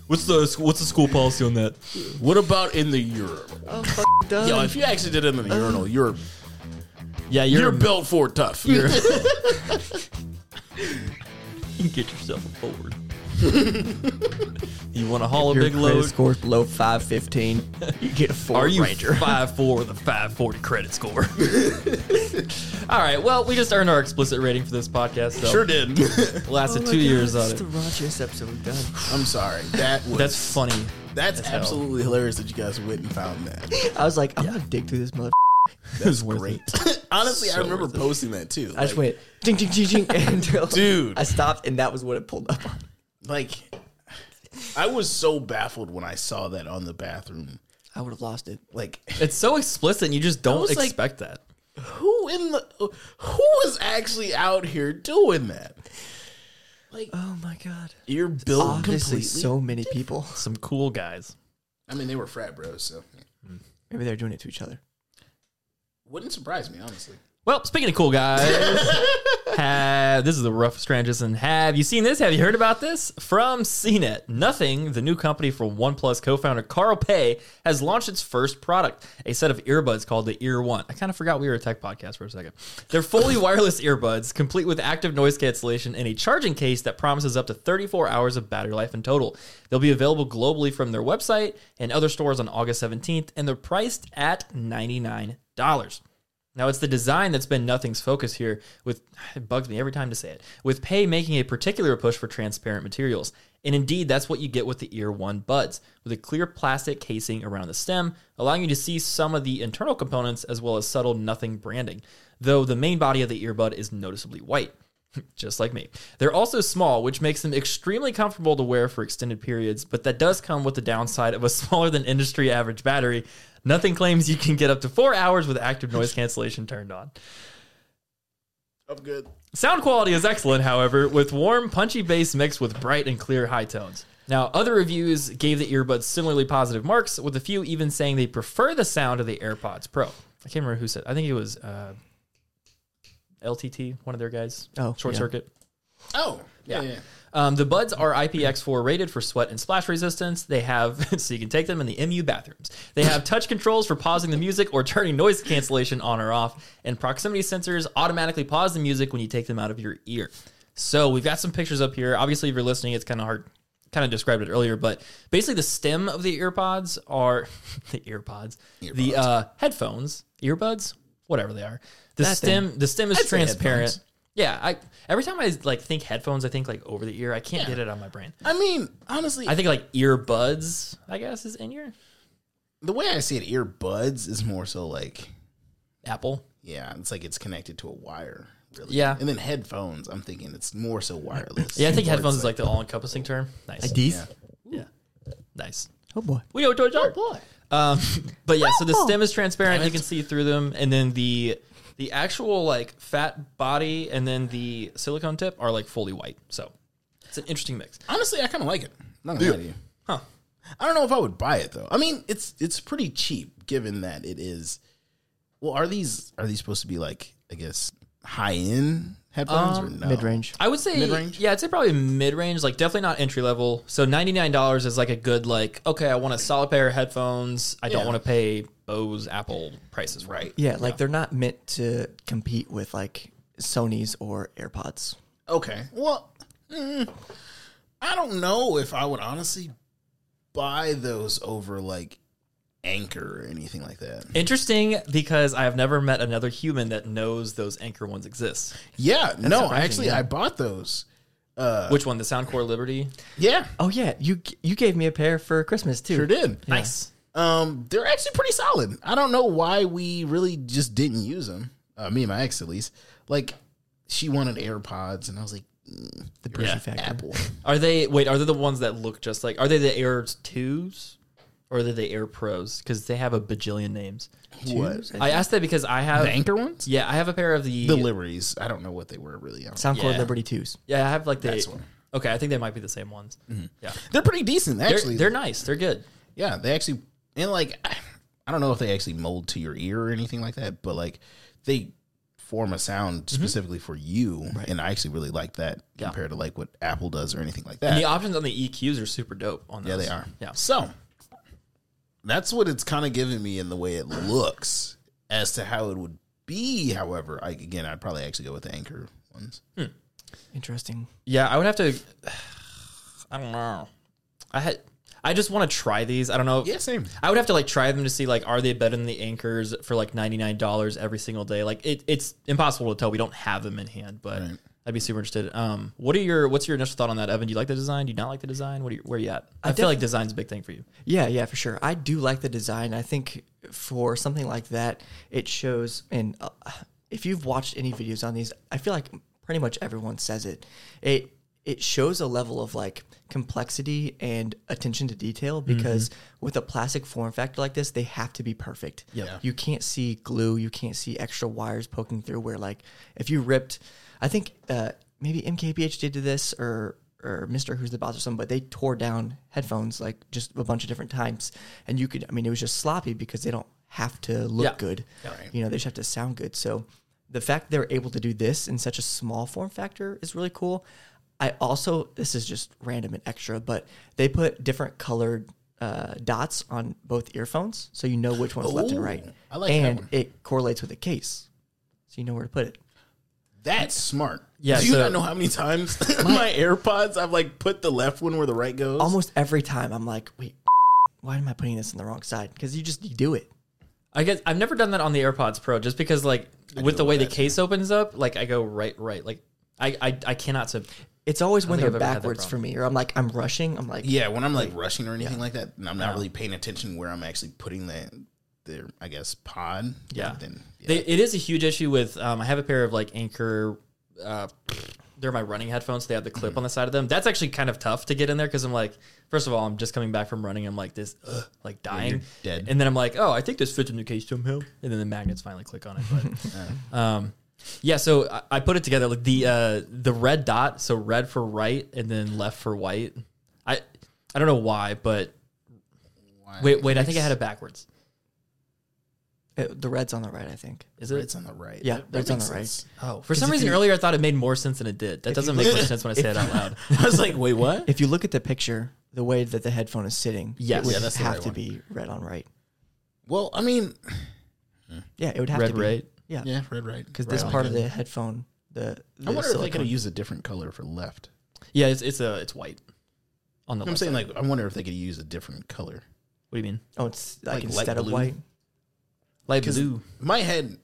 S1: What's the what's the school policy on that?
S3: what about in the urinal?
S2: I'm f- (laughs) done.
S3: Yo, if you actually did it in the urinal, you're
S1: Yeah,
S3: you're,
S1: you're,
S3: built for tough.
S1: you're- you get yourself a board. (laughs) you want to haul a
S2: Your
S1: big
S2: credit
S1: load?
S2: score's below 515. You get a four.
S1: Are you
S3: (laughs)
S2: Ranger.
S1: five four with a five forty credit score? (laughs) All right. Well, we just earned our explicit rating for this podcast. So
S3: (laughs) Sure did. (laughs)
S1: lasted
S3: Oh,
S1: two
S2: two
S1: years on
S2: That's
S1: it.
S2: the raunchiest episode we've done.
S3: (sighs) I'm sorry. That was
S1: That's funny.
S3: that's
S1: hell.
S3: absolutely hilarious that you guys went and found (laughs) that.
S2: I was like, I'm gonna dig through this mother.
S1: That's
S3: Great. (laughs) Honestly, I
S1: So
S3: remember
S1: worth it.
S3: posting that too.
S2: I just went ding ding ding
S3: (laughs)
S2: ding (laughs) until
S3: Dude.
S2: I stopped and that was what it pulled up on.
S3: like I was so baffled when I saw that on the bathroom.
S2: I would have lost it.
S3: Like
S1: It's so explicit, and you just don't
S3: was like-
S1: expect that.
S3: who in the who is actually out here doing that? Like
S2: (laughs)
S1: Uh,
S2: Oh my god.
S3: you're built
S2: Obviously,
S3: completely.
S2: so many people.
S1: Some cool guys.
S3: I mean, they were frat bros, so
S2: Maybe they're doing it to each other.
S3: wouldn't surprise me honestly.
S1: Well, speaking of cool guys, have, this is the rough strangers, and have you seen this? Have you heard about this? From CNET, Nothing, the new company from OnePlus co-founder Carl Pei, has launched its first product, a set of earbuds called the Ear One. I kind of forgot we were a tech podcast for a second. They're fully wireless earbuds, complete with active noise cancellation and a charging case that promises up to 34 hours of battery life in total. They'll be available globally from their website and other stores on August 17th, and they're priced at $99. Now it's the design that's been nothing's focus here. With (sighs) it bugs me every time to say it. With Pay making a particular push for transparent materials, and indeed that's what you get with the Ear One buds, with a clear plastic casing around the stem, allowing you to see some of the internal components as well as subtle nothing branding. Though the main body of the earbud is noticeably white just like me. They're also small, which makes them extremely comfortable to wear for extended periods, but that does come with the downside of a (laughs) smaller than industry average battery. Nothing claims you can get up to four hours with active noise cancellation turned on.
S3: I'm good.
S1: Sound quality is excellent, however, with warm, punchy bass mixed with bright and clear high tones. Now, other reviews gave the earbuds similarly positive marks, with a few even saying they prefer the sound of the AirPods Pro. I can't remember who said. I think it was uh, LTT, one of their guys.
S2: Oh,
S1: short
S2: yeah.
S1: circuit.
S3: Oh, yeah. yeah.
S1: Um, the buds are IPX4 rated for sweat and splash resistance. They have, (laughs) so you can take them in the MU bathrooms. They have touch controls for pausing the music or turning noise cancellation on or off, and proximity sensors automatically pause the music when you take them out of your ear. So we've got some pictures up here. Obviously, if you're listening, it's kind of hard. Kind of described it earlier, but basically the stem of the earpods are (laughs) the earpods, the uh, headphones, earbuds, whatever they are. The
S2: That thing.
S1: stem, the stem is
S2: say
S1: transparent.
S2: headphones.
S1: Yeah, I every time I like think headphones, I think like over the ear. I can't get it on my brain.
S3: I mean, honestly,
S1: I think like earbuds, I guess, is in your
S3: the way I see it, earbuds is more so like,
S1: Apple.
S3: yeah, it's like it's connected to a wire, really.
S1: Yeah.
S3: And then headphones, I'm thinking it's more so wireless.
S1: Yeah, I think headphones is like the all-encompassing term. Nice,
S2: These?
S1: yeah, nice.
S2: Oh boy.
S1: We know what toys are.
S3: Boy.
S1: Um, (laughs) but yeah, so the stem is transparent; you can see through them, and then the the actual like fat body and then the silicone tip are like fully white. So it's an interesting mix.
S3: Honestly, I kind of like it. I'm not gonna lie to you.
S1: Huh.
S3: I don't know if I would buy it though. I mean, it's it's pretty cheap given that it is. Well, are these are these supposed to be like I guess high end headphones or no?
S2: Mid range.
S1: I would say
S3: Mid-range?
S1: Yeah, I'd say probably mid range, like definitely not entry level. So ninety nine dollars is like a good like, okay, I want a solid pair of headphones. I don't
S3: Yeah.
S1: want to pay Bose Apple prices for right.
S2: Yeah, like they're not meant to compete with like Sony's or AirPods.
S3: Okay. Well, mm, I don't know if I would honestly buy those over like Anchor or anything like that.
S1: Interesting because I have never met another human that knows those anchor ones exist.
S3: Yeah. no,
S2: surprising,
S3: actually,
S2: yeah.
S3: I bought those. Uh.
S1: Which one? The Soundcore Liberty?
S3: Yeah,
S2: Oh yeah, you you gave me a pair for Christmas too.
S3: sure did.
S1: Nice.
S3: Um, they're actually pretty solid. I don't know why we really just didn't use them. Uh, me and my ex, at least. Like, she wanted AirPods, and I was like, mm,
S2: The Percy
S1: Yeah.
S2: factor.
S1: (laughs)
S3: Apple.
S1: Are they wait, are they the ones that look just like are they the Air twos? Or are they the Air Pros? Because they have a bajillion names.
S3: what?
S1: I asked that because I have
S3: The Anchor ones?
S1: Yeah, I have a pair of the
S3: The Liberties. I don't know what they were really. On.
S2: Soundcore
S1: Yeah.
S2: Liberty twos.
S1: Yeah, I have like the.
S3: That's one.
S1: Okay, I think they might be the same ones. Yeah,
S3: They're pretty decent,
S1: they're,
S3: actually.
S1: they're nice. They're good.
S3: yeah, they actually, and like, I don't know if they actually mold to your ear or anything like that, but like, they form a
S1: Mm-hmm.
S3: sound specifically for you. And I actually really like that compared to like what Apple does or anything like that.
S1: And the options on the EQs are super dope. On those.
S3: Uh, Yeah, they are.
S1: Yeah,
S3: So that's what it's kind of giving me in the way it looks as to how it would be. However, I, again, I'd probably actually go with the anchor ones.
S2: Interesting.
S1: yeah. I would have to. (sighs) I don't know. I had. I just want to try these. I don't know.
S3: Yeah, same.
S1: I would have to like try them to see like are they better than the anchors for like ninety nine dollars every single day. Like it, it's impossible to tell. We don't have them in hand, but I'd be super interested. Um, what are your what's your initial thought on that, Evan? Do you like the design? Do you not like the design? What are you, where are you at? I, feel like design's a big thing for you.
S2: Yeah, yeah, for sure. I do like the design. I think for something like that, it shows. And uh, if you've watched any videos on these, I feel like pretty much everyone says it. It it shows a level of like complexity and attention to detail because with a plastic form factor like this, they have to be perfect.
S3: Yeah.
S2: You can't see glue. You can't see extra wires poking through. Where like if you ripped, I think uh, maybe MKBHD did this or or Mister Who's the Boss or something, but they tore down headphones like just a bunch of different times, and you could. I mean, it was just sloppy because they don't have to look
S1: Yeah.
S2: good. You know, they just have to sound good. So the fact they're able to do this in such a small form factor is really cool. I also this is just random and extra, but they put different colored uh, dots on both earphones, so you know which one's left and
S3: Ooh,
S2: right.
S3: I like that
S2: and
S3: one.
S2: it correlates with a case, so you know where to put it.
S3: That's smart.
S1: Yeah,
S3: Do you
S1: so-
S3: not know how many times (laughs) my AirPods I've like put the left one where the right goes?
S2: Almost every time, I'm like, wait, (laughs) why am I putting this on the wrong side? Because you just you do it.
S1: I guess I've never done that on the AirPods Pro just because like with the way the case opens up, like I go right, right. Like I I, I cannot sub
S2: It's always when
S1: think I've
S2: they're
S1: ever had that
S2: backwards for me, or I'm like, I'm rushing. I'm like,
S3: Yeah, when I'm like rushing or anything like that, and I'm not really paying attention where I'm actually putting the their I guess pod.
S1: Yeah.
S3: Then yeah.
S1: They, it is a huge issue with. Um, I have a pair of like Anchor. Uh, they're my running headphones. They have the clip on the side of them. That's actually kind of tough to get in there because I'm like, first of all, I'm just coming back from running. I'm like this, ugh, like dying.
S3: dead.
S1: And then I'm like, oh, I think this fits in the case somehow. And then the magnets finally click on it. But, um, Yeah, so I, I put it together like the uh, the red dot, so red for right and then left for white. I I don't know why, but
S3: Uh,
S1: wait, wait, I think I had it backwards.
S2: It, "Uh, the red's on the right, I think.
S1: Is it?
S3: It's on the right.
S2: Yeah, red's on
S3: makes
S2: the right.
S3: sense.
S1: Oh, for some reason earlier I thought it made more sense than it did. That doesn't make much sense when I say it out loud.
S3: I was like, wait, what?
S2: If you look at the picture, the way that the headphone is sitting,
S1: Yes.
S2: it would
S1: Yeah,
S3: that's the
S2: have
S3: right
S2: to
S3: one.
S2: be red on right.
S3: Well, I mean,
S2: Yeah, it would have
S1: Red
S2: to be.
S1: right?
S2: Yeah,
S3: yeah, red, right.
S2: because this part of the headphone, the, the
S3: I wonder if they could
S2: silicone-
S3: have used a different color for left.
S1: Yeah, it's it's uh, it's white on the.
S3: I'm
S1: left
S3: saying,
S1: side.
S3: like, I wonder if they could use a different color.
S1: what do you mean?
S2: Oh, it's like,
S3: like light
S2: instead of
S3: blue.
S2: white.
S1: Light
S3: 'Cause
S1: blue.
S3: My head,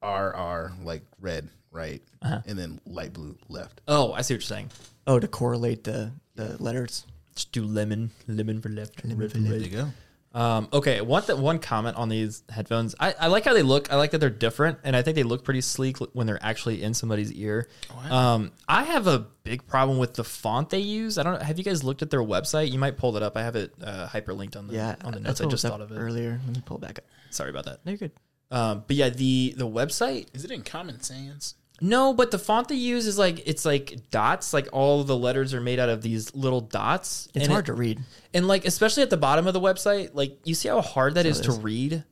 S3: R, R, like red, right, and then light blue, left.
S1: Oh, I see what you're saying.
S2: Oh, to correlate the the letters.
S1: Just do lemon, lemon for left, lemon for right.
S3: go.
S1: Um, okay, one th- one comment on these headphones. I, I like how they look. I like that they're different, and I think they look pretty sleek l- when they're actually in somebody's ear.
S2: Oh,
S1: Um, I have a big problem with the font they use. I don't. Have you guys looked at their website? You might pull it up. I have it uh, hyperlinked on the
S2: Yeah,
S1: on the notes.
S2: that's
S1: I
S2: what was
S1: just
S2: up
S1: thought of it.
S2: earlier. Let me pull it back up.
S1: Sorry about that.
S2: No, you're good.
S1: Um, but yeah, the the website
S3: Is it in Common Sans?
S1: No, but the font they use is like it's like dots. Like all the letters are made out of these little dots.
S2: It's
S1: and
S2: hard
S1: it-
S2: to read.
S1: and like especially at the bottom of the website, like you see how hard that is to read.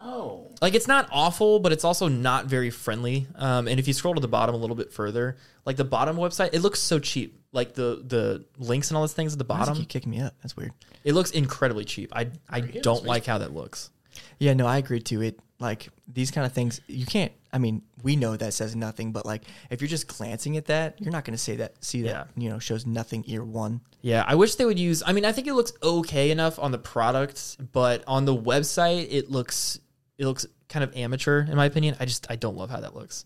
S3: Oh,
S1: Like it's not awful, but it's also not very friendly. Um, and if you scroll to the bottom a little bit further, like the bottom website, it looks so cheap. Like the the links and all those things at the
S2: Why does it
S1: bottom,
S2: keep kicking me up? That's weird.
S1: it looks incredibly cheap. I I don't like how that looks.
S2: Yeah, no, I agree too. It like these kind of things you can't. I mean, we know that says nothing, but like if you're just glancing at that, you're not going to say that. See that you know shows nothing. Ear one.
S1: Yeah, I wish they would use. I mean, I think it looks okay enough on the product, but on the website, it looks it looks kind of amateur in my opinion. I just I don't love how that looks.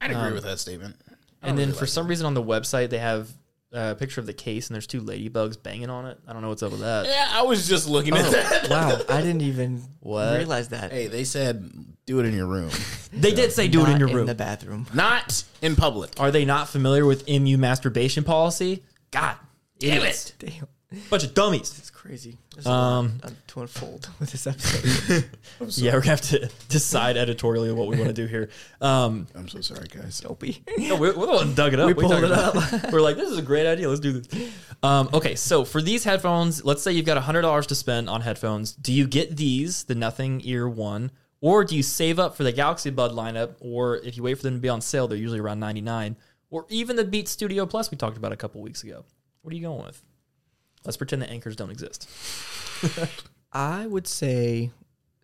S3: I'd agree with that statement. I
S1: And then
S3: don't really
S1: for
S3: like
S1: some reason on the website they have uh, a picture of the case and there's two ladybugs banging on it. I don't know what's up with
S3: it. (laughs)
S1: that.
S3: yeah, I was just looking at that. (laughs)
S2: wow, I didn't even
S1: What?
S2: realize that.
S3: Hey, they said do it in your (laughs) room,
S1: They did say do it in
S2: Not
S1: your room.
S2: in the bathroom.
S3: not in public.
S1: Are they not familiar with MU masturbation policy? God, damn it.
S2: Damn,
S1: Bunch of dummies.
S2: it's crazy. There's um, a lot to unfold (laughs) with this episode.
S1: Yeah, we're gonna have to (laughs) decide editorially what we want to do here. Um,
S3: I'm so sorry, guys.
S2: Dopey.
S1: No, we're, we're the one who dug it up. We,
S2: pulled
S1: talked
S2: it
S1: about (laughs) We're like, this is a great idea. Let's do this. Um, okay, so for these headphones, let's say you've got hundred dollars to spend on headphones. Do you get these, the Nothing Ear One, or do you save up for the Galaxy Bud lineup? Or if you wait for them to be on sale, they're usually around ninety nine. Or even the Beat Studio Plus we talked about a couple weeks ago. What are you going with? Let's pretend the anchors don't exist.
S2: I would say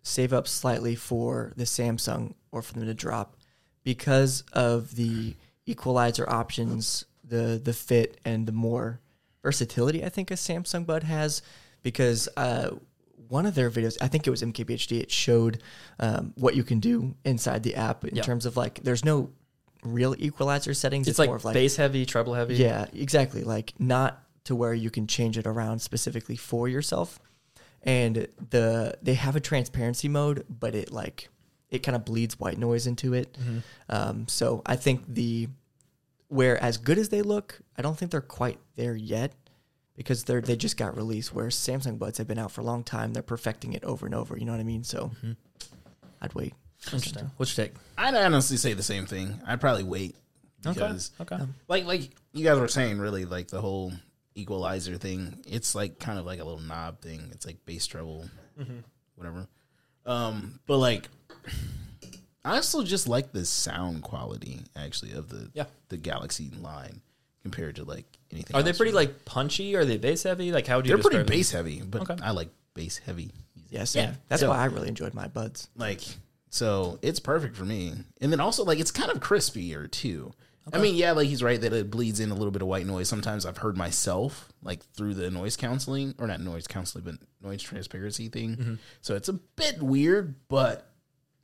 S2: save up slightly for the Samsung or for them to drop because of the equalizer options, the the fit and the more versatility I think a Samsung Bud has because uh one of their videos, I think it was MKBHD, it showed um, what you can do inside the app in
S1: Yeah.
S2: terms of like there's no real equalizer settings.
S1: It's, like, bass heavy, treble heavy.
S2: yeah, exactly. Like not to where you can change it around specifically for yourself. And the they have a transparency mode, but it like it kind of bleeds white noise into it. Um, so I think the where as good as they look, I don't think they're quite there yet because they're they just got released. Where Samsung Buds have been out for a long time, they're perfecting it over and over. You know what I mean? So I'd wait.
S1: Interesting. What's your take?
S3: I'd honestly say the same thing. I'd probably wait because,
S1: Okay.
S3: like, like you guys were saying, really, like the whole equalizer thing. It's like kind of like a little knob thing. It's like bass treble,
S1: Mm-hmm.
S3: whatever. Um, but like, I also just like the sound quality actually of the
S1: Yeah.
S3: the Galaxy line compared to like anything.
S1: Are they
S3: else.
S1: pretty like punchy? Are they bass heavy? Like how would you?
S3: They're pretty
S1: describe them?
S3: bass heavy, but
S1: Okay.
S3: I like bass heavy.
S2: Yeah, same.
S1: Yeah.
S2: That's
S3: So-
S2: why I really enjoyed my buds.
S3: like so it's perfect for me and then also like it's kind of crispier too i mean yeah like he's right that it bleeds in a little bit of white noise sometimes i've heard myself like through the noise counseling or not noise counseling but noise transparency thing so it's a bit weird but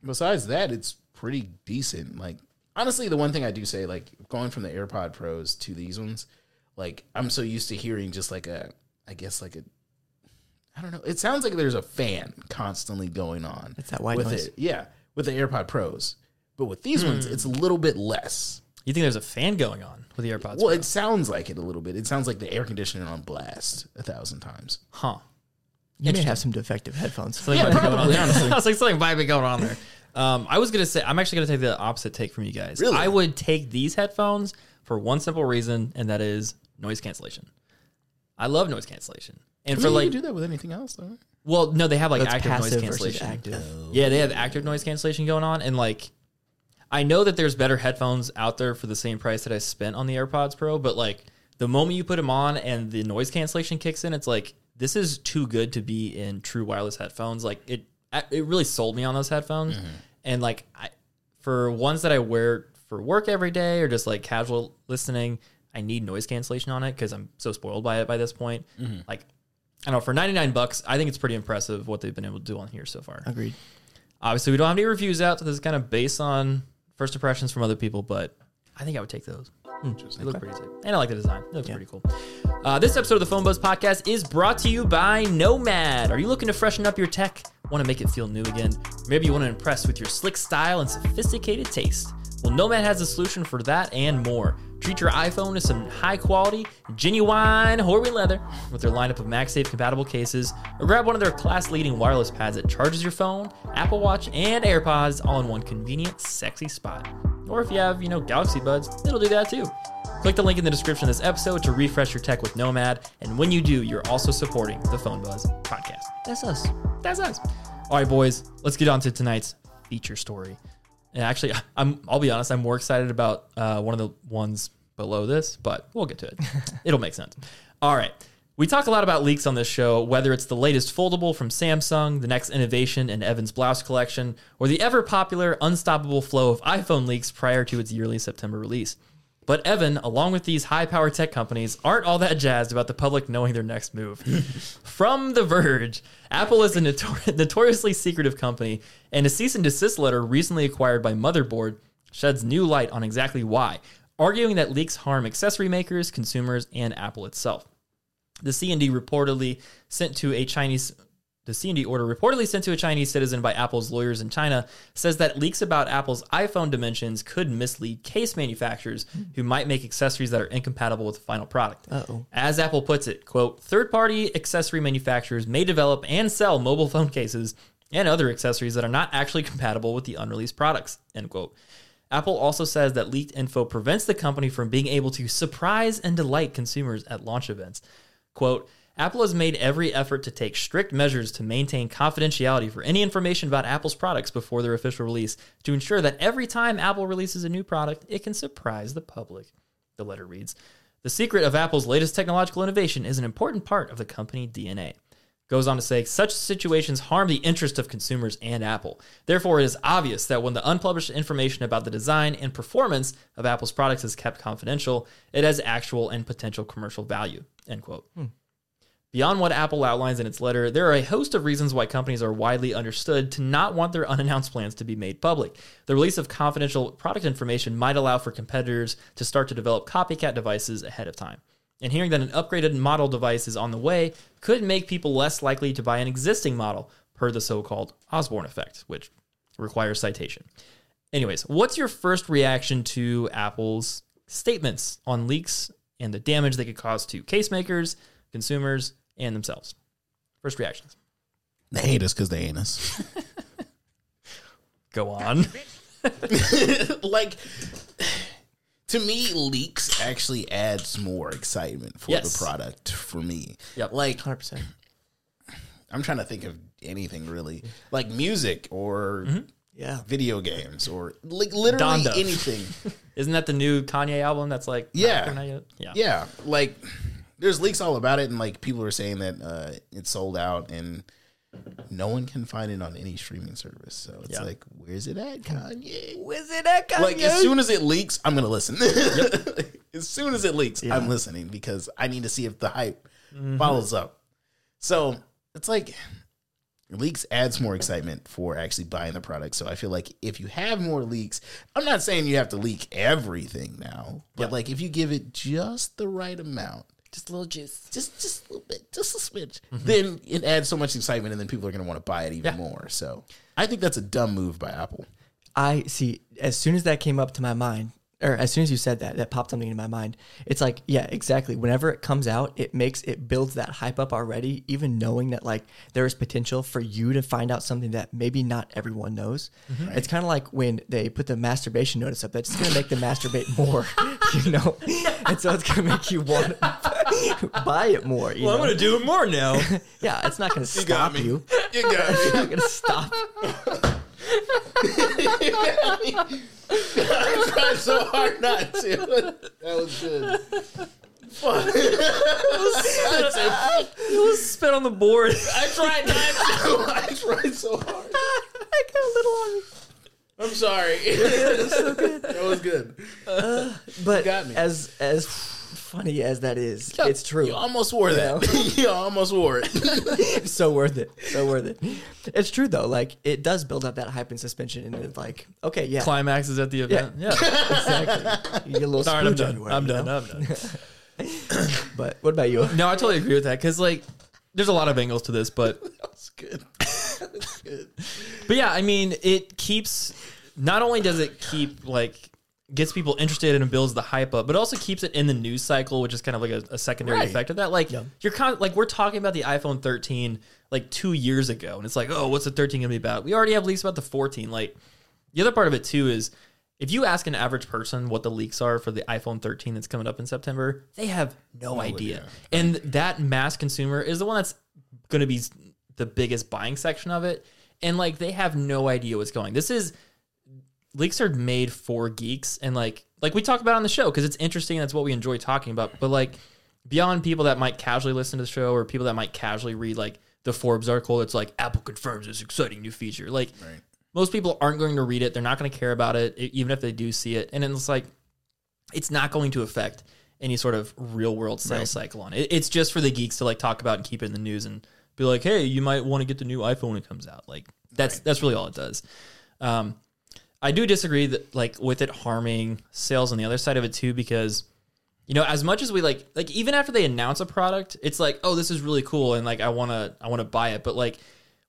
S3: besides that it's pretty decent like honestly the one thing i do say like going from the airpod pros to these ones like i'm so used to hearing just like a i guess like a I don't know. It sounds like there's a fan constantly going on.
S2: It's that white
S3: with
S2: noise.
S3: it. Yeah, with the AirPod Pros. But with these ones, it's a little bit less.
S1: You think there's a fan going on with the AirPods?
S3: well, it sounds like it a little bit. It sounds like the air conditioner on blast a thousand times.
S1: Huh.
S2: You may have some defective headphones.
S1: Something might be going on (laughs)
S3: probably,
S1: there. I was like, something might be going on there. Um, I was gonna say I'm actually gonna take the opposite take from you guys.
S3: Really?
S1: I would take these headphones for one simple reason, and that is noise cancellation. I love noise cancellation, and for
S3: I mean,
S1: like,
S3: you can do that with anything else, though.
S1: well, no, they have like
S2: That's
S1: active noise
S2: passive versus
S1: cancellation.
S2: active.
S1: Yeah, they have active noise cancellation going on, and like, I know that there's better headphones out there for the same price that I spent on the AirPods Pro, but like, the moment you put them on and the noise cancellation kicks in, it's like this is too good to be in true wireless headphones. Like it, it really sold me on those headphones, and like, I for ones that I wear for work every day or just like casual listening, I need noise cancellation on it because I'm so spoiled by it by this point. Like. I don't know for 99 bucks, I think it's pretty impressive what they've been able to do on here so far.
S2: Agreed.
S1: Obviously, we don't have any reviews out, so this is kind of based on first impressions from other people, but I think I would take those. They look pretty sick. And I like the design. It looks pretty cool. Uh, this episode of the Phone Buzz Podcast is brought to you by Nomad. Are you looking to freshen up your tech? Want to make it feel new again? Maybe you want to impress with your slick style and sophisticated taste. Well, Nomad has a solution for that and more. Treat your iPhone to some high quality, genuine Horween leather with their lineup of MagSafe compatible cases, or grab one of their class leading wireless pads that charges your phone, Apple Watch, and AirPods all in one convenient, sexy spot. Or if you have, you know, Galaxy Buds, it'll do that too. Click the link in the description of this episode to refresh your tech with Nomad, and when you do, you're also supporting the Phone Buzz podcast.
S2: That's us.
S1: That's us. All right, boys, let's get on to tonight's feature story. And actually, (laughs) I'm I'll be honest, I'm more excited about uh, one of the ones below this, but we'll get to it. It'll make sense. All right. We talk a lot about leaks on this show, whether it's the latest foldable from Samsung, the next innovation in Evan's blouse collection, or the ever popular unstoppable flow of iPhone leaks prior to its yearly September release. But Evan, along with these high power tech companies, aren't all that jazzed about the public knowing their next move. From The Verge, Apple is a notor- (laughs) notoriously secretive company, and a cease and desist letter recently acquired by Motherboard sheds new light on exactly why, arguing that leaks harm accessory makers, consumers, and Apple itself. The C&D reportedly sent to a Chinese the C&D order reportedly sent to a Chinese citizen by Apple's lawyers in China says that leaks about Apple's iPhone dimensions could mislead case manufacturers who might make accessories that are incompatible with the final product.
S2: Uh-oh.
S1: As Apple puts it, quote, third-party accessory manufacturers may develop and sell mobile phone cases and other accessories that are not actually compatible with the unreleased products, end quote. Apple also says that leaked info prevents the company from being able to surprise and delight consumers at launch events. Quote, Apple has made every effort to take strict measures to maintain confidentiality for any information about Apple's products before their official release to ensure that every time Apple releases a new product, it can surprise the public. The letter reads The secret of Apple's latest technological innovation is an important part of the company DNA. Goes on to say, such situations harm the interest of consumers and Apple. Therefore, it is obvious that when the unpublished information about the design and performance of Apple's products is kept confidential, it has actual and potential commercial value. End quote. Beyond what Apple outlines in its letter, there are a host of reasons why companies are widely understood to not want their unannounced plans to be made public. The release of confidential product information might allow for competitors to start to develop copycat devices ahead of time. And hearing that an upgraded model device is on the way could make people less likely to buy an existing model, per the so called Osborne effect, which requires citation. Anyways, what's your first reaction to Apple's statements on leaks and the damage they could cause to case makers, consumers, and themselves? First reactions.
S3: They hate us because they ain't us.
S1: Go on.
S3: like, (sighs) to me, leaks actually adds more excitement for
S1: Yes.
S3: the product for me.
S1: Yep.
S3: Like,
S2: 100%.
S3: I'm trying to think of anything really, like music or
S2: Yeah.
S3: video games or like literally
S1: Mm-hmm. Donda. (laughs)
S3: anything.
S1: (laughs) Isn't that the new Kanye album that's like not
S3: Yeah.
S1: coming out yet? Yeah.
S3: yeah, like there's leaks all about it, and like people are saying that uh, it's sold out and no one can find it on any streaming service. So it's
S1: Yeah.
S3: like, where's it at, Kanye?
S2: Was it that guy?
S3: Like as soon as it leaks, I'm gonna listen. (laughs) as soon as it leaks, I'm listening because I need to see if the hype
S2: Mm-hmm.
S3: follows up. So it's like leaks adds more excitement for actually buying the product. So I feel like if you have more leaks, I'm not saying you have to leak everything now, but like if you give it just the right amount,
S2: just a little juice. Mm-hmm.
S3: just just a little bit, just a smidge, then it adds so much excitement, and then people are gonna want to buy it even more. So I think that's a dumb move by Apple.
S2: I see. As soon as that came up to my mind, or as soon as you said that, that popped something into my mind. It's like, yeah, exactly. Whenever it comes out, it makes it builds that hype up already, even knowing that like there is potential for you to find out something that maybe not everyone knows.
S3: Mm-hmm.
S2: It's kind of like when they put the masturbation notice up, that's going to make them masturbate more, (laughs) you know? And so it's going to make you want to (laughs) buy it more. You know?
S1: do it more (laughs) now.
S2: yeah, it's not going to stop
S3: got
S2: (laughs)
S3: me.
S2: you.
S3: You got
S2: It's not going to stop.
S3: me. I tried so hard not to. That was good. Fuck. I said,
S1: it was spit on the board. (laughs)
S3: I tried not to. I tried so hard.
S2: I got a little on me.
S3: I'm sorry. That was good.
S2: But
S3: got me.
S2: as as funny as that is, it's true.
S3: You almost wore that. (laughs) you almost wore
S2: (laughs)
S3: it.
S2: so worth it. So worth it. It's true though. Like it does build up that hype and suspension, and it's like, okay, yeah,
S1: Climaxes at the event. (laughs) Yeah.
S2: exactly. You get a little.
S1: All right, I'm
S2: splooge
S1: done.
S2: everywhere,
S1: I'm
S2: you
S1: done.
S2: know?
S1: I'm done.
S2: But what about you?
S1: No, I totally agree with that because like, there's a lot of angles to this, but
S3: That (laughs) was good.
S1: But yeah, I mean, it keeps. Not only does it keep like gets people interested and builds the hype up, but also keeps it in the news cycle, which is kind of like a, a secondary
S3: Right.
S1: effect of that. Like you're con- like we're talking about the iPhone 13 like two years ago, and it's like, oh, what's the 13 gonna be about? We already have leaks about the 14. Like the other part of it too is. If you ask an average person what the leaks are for the iPhone 13 that's coming up in September, they have no idea. And that mass consumer is the one that's going to be s- the biggest buying section of it and like they have no idea what's going this is leaks are made for geeks and like like we talk about on the show because it's interesting that's what we enjoy talking about but like beyond people that might casually listen to the show or people that might casually read like the forbes article it's like apple confirms this exciting new feature like most people aren't going to read it they're not going to care about it e- even if they do see it and it's like it's not going to affect any sort of real world sales cycle on it. It's just for the geeks to like talk about and keep it in the news and be like, hey, you might want to get the new iPhone when it comes out. Like that's that's really all it does. Um, I do disagree that like with it harming sales on the other side of it too because you know as much as we like like even after they announce a product it's like oh this is really cool and like I want to I want to buy it but like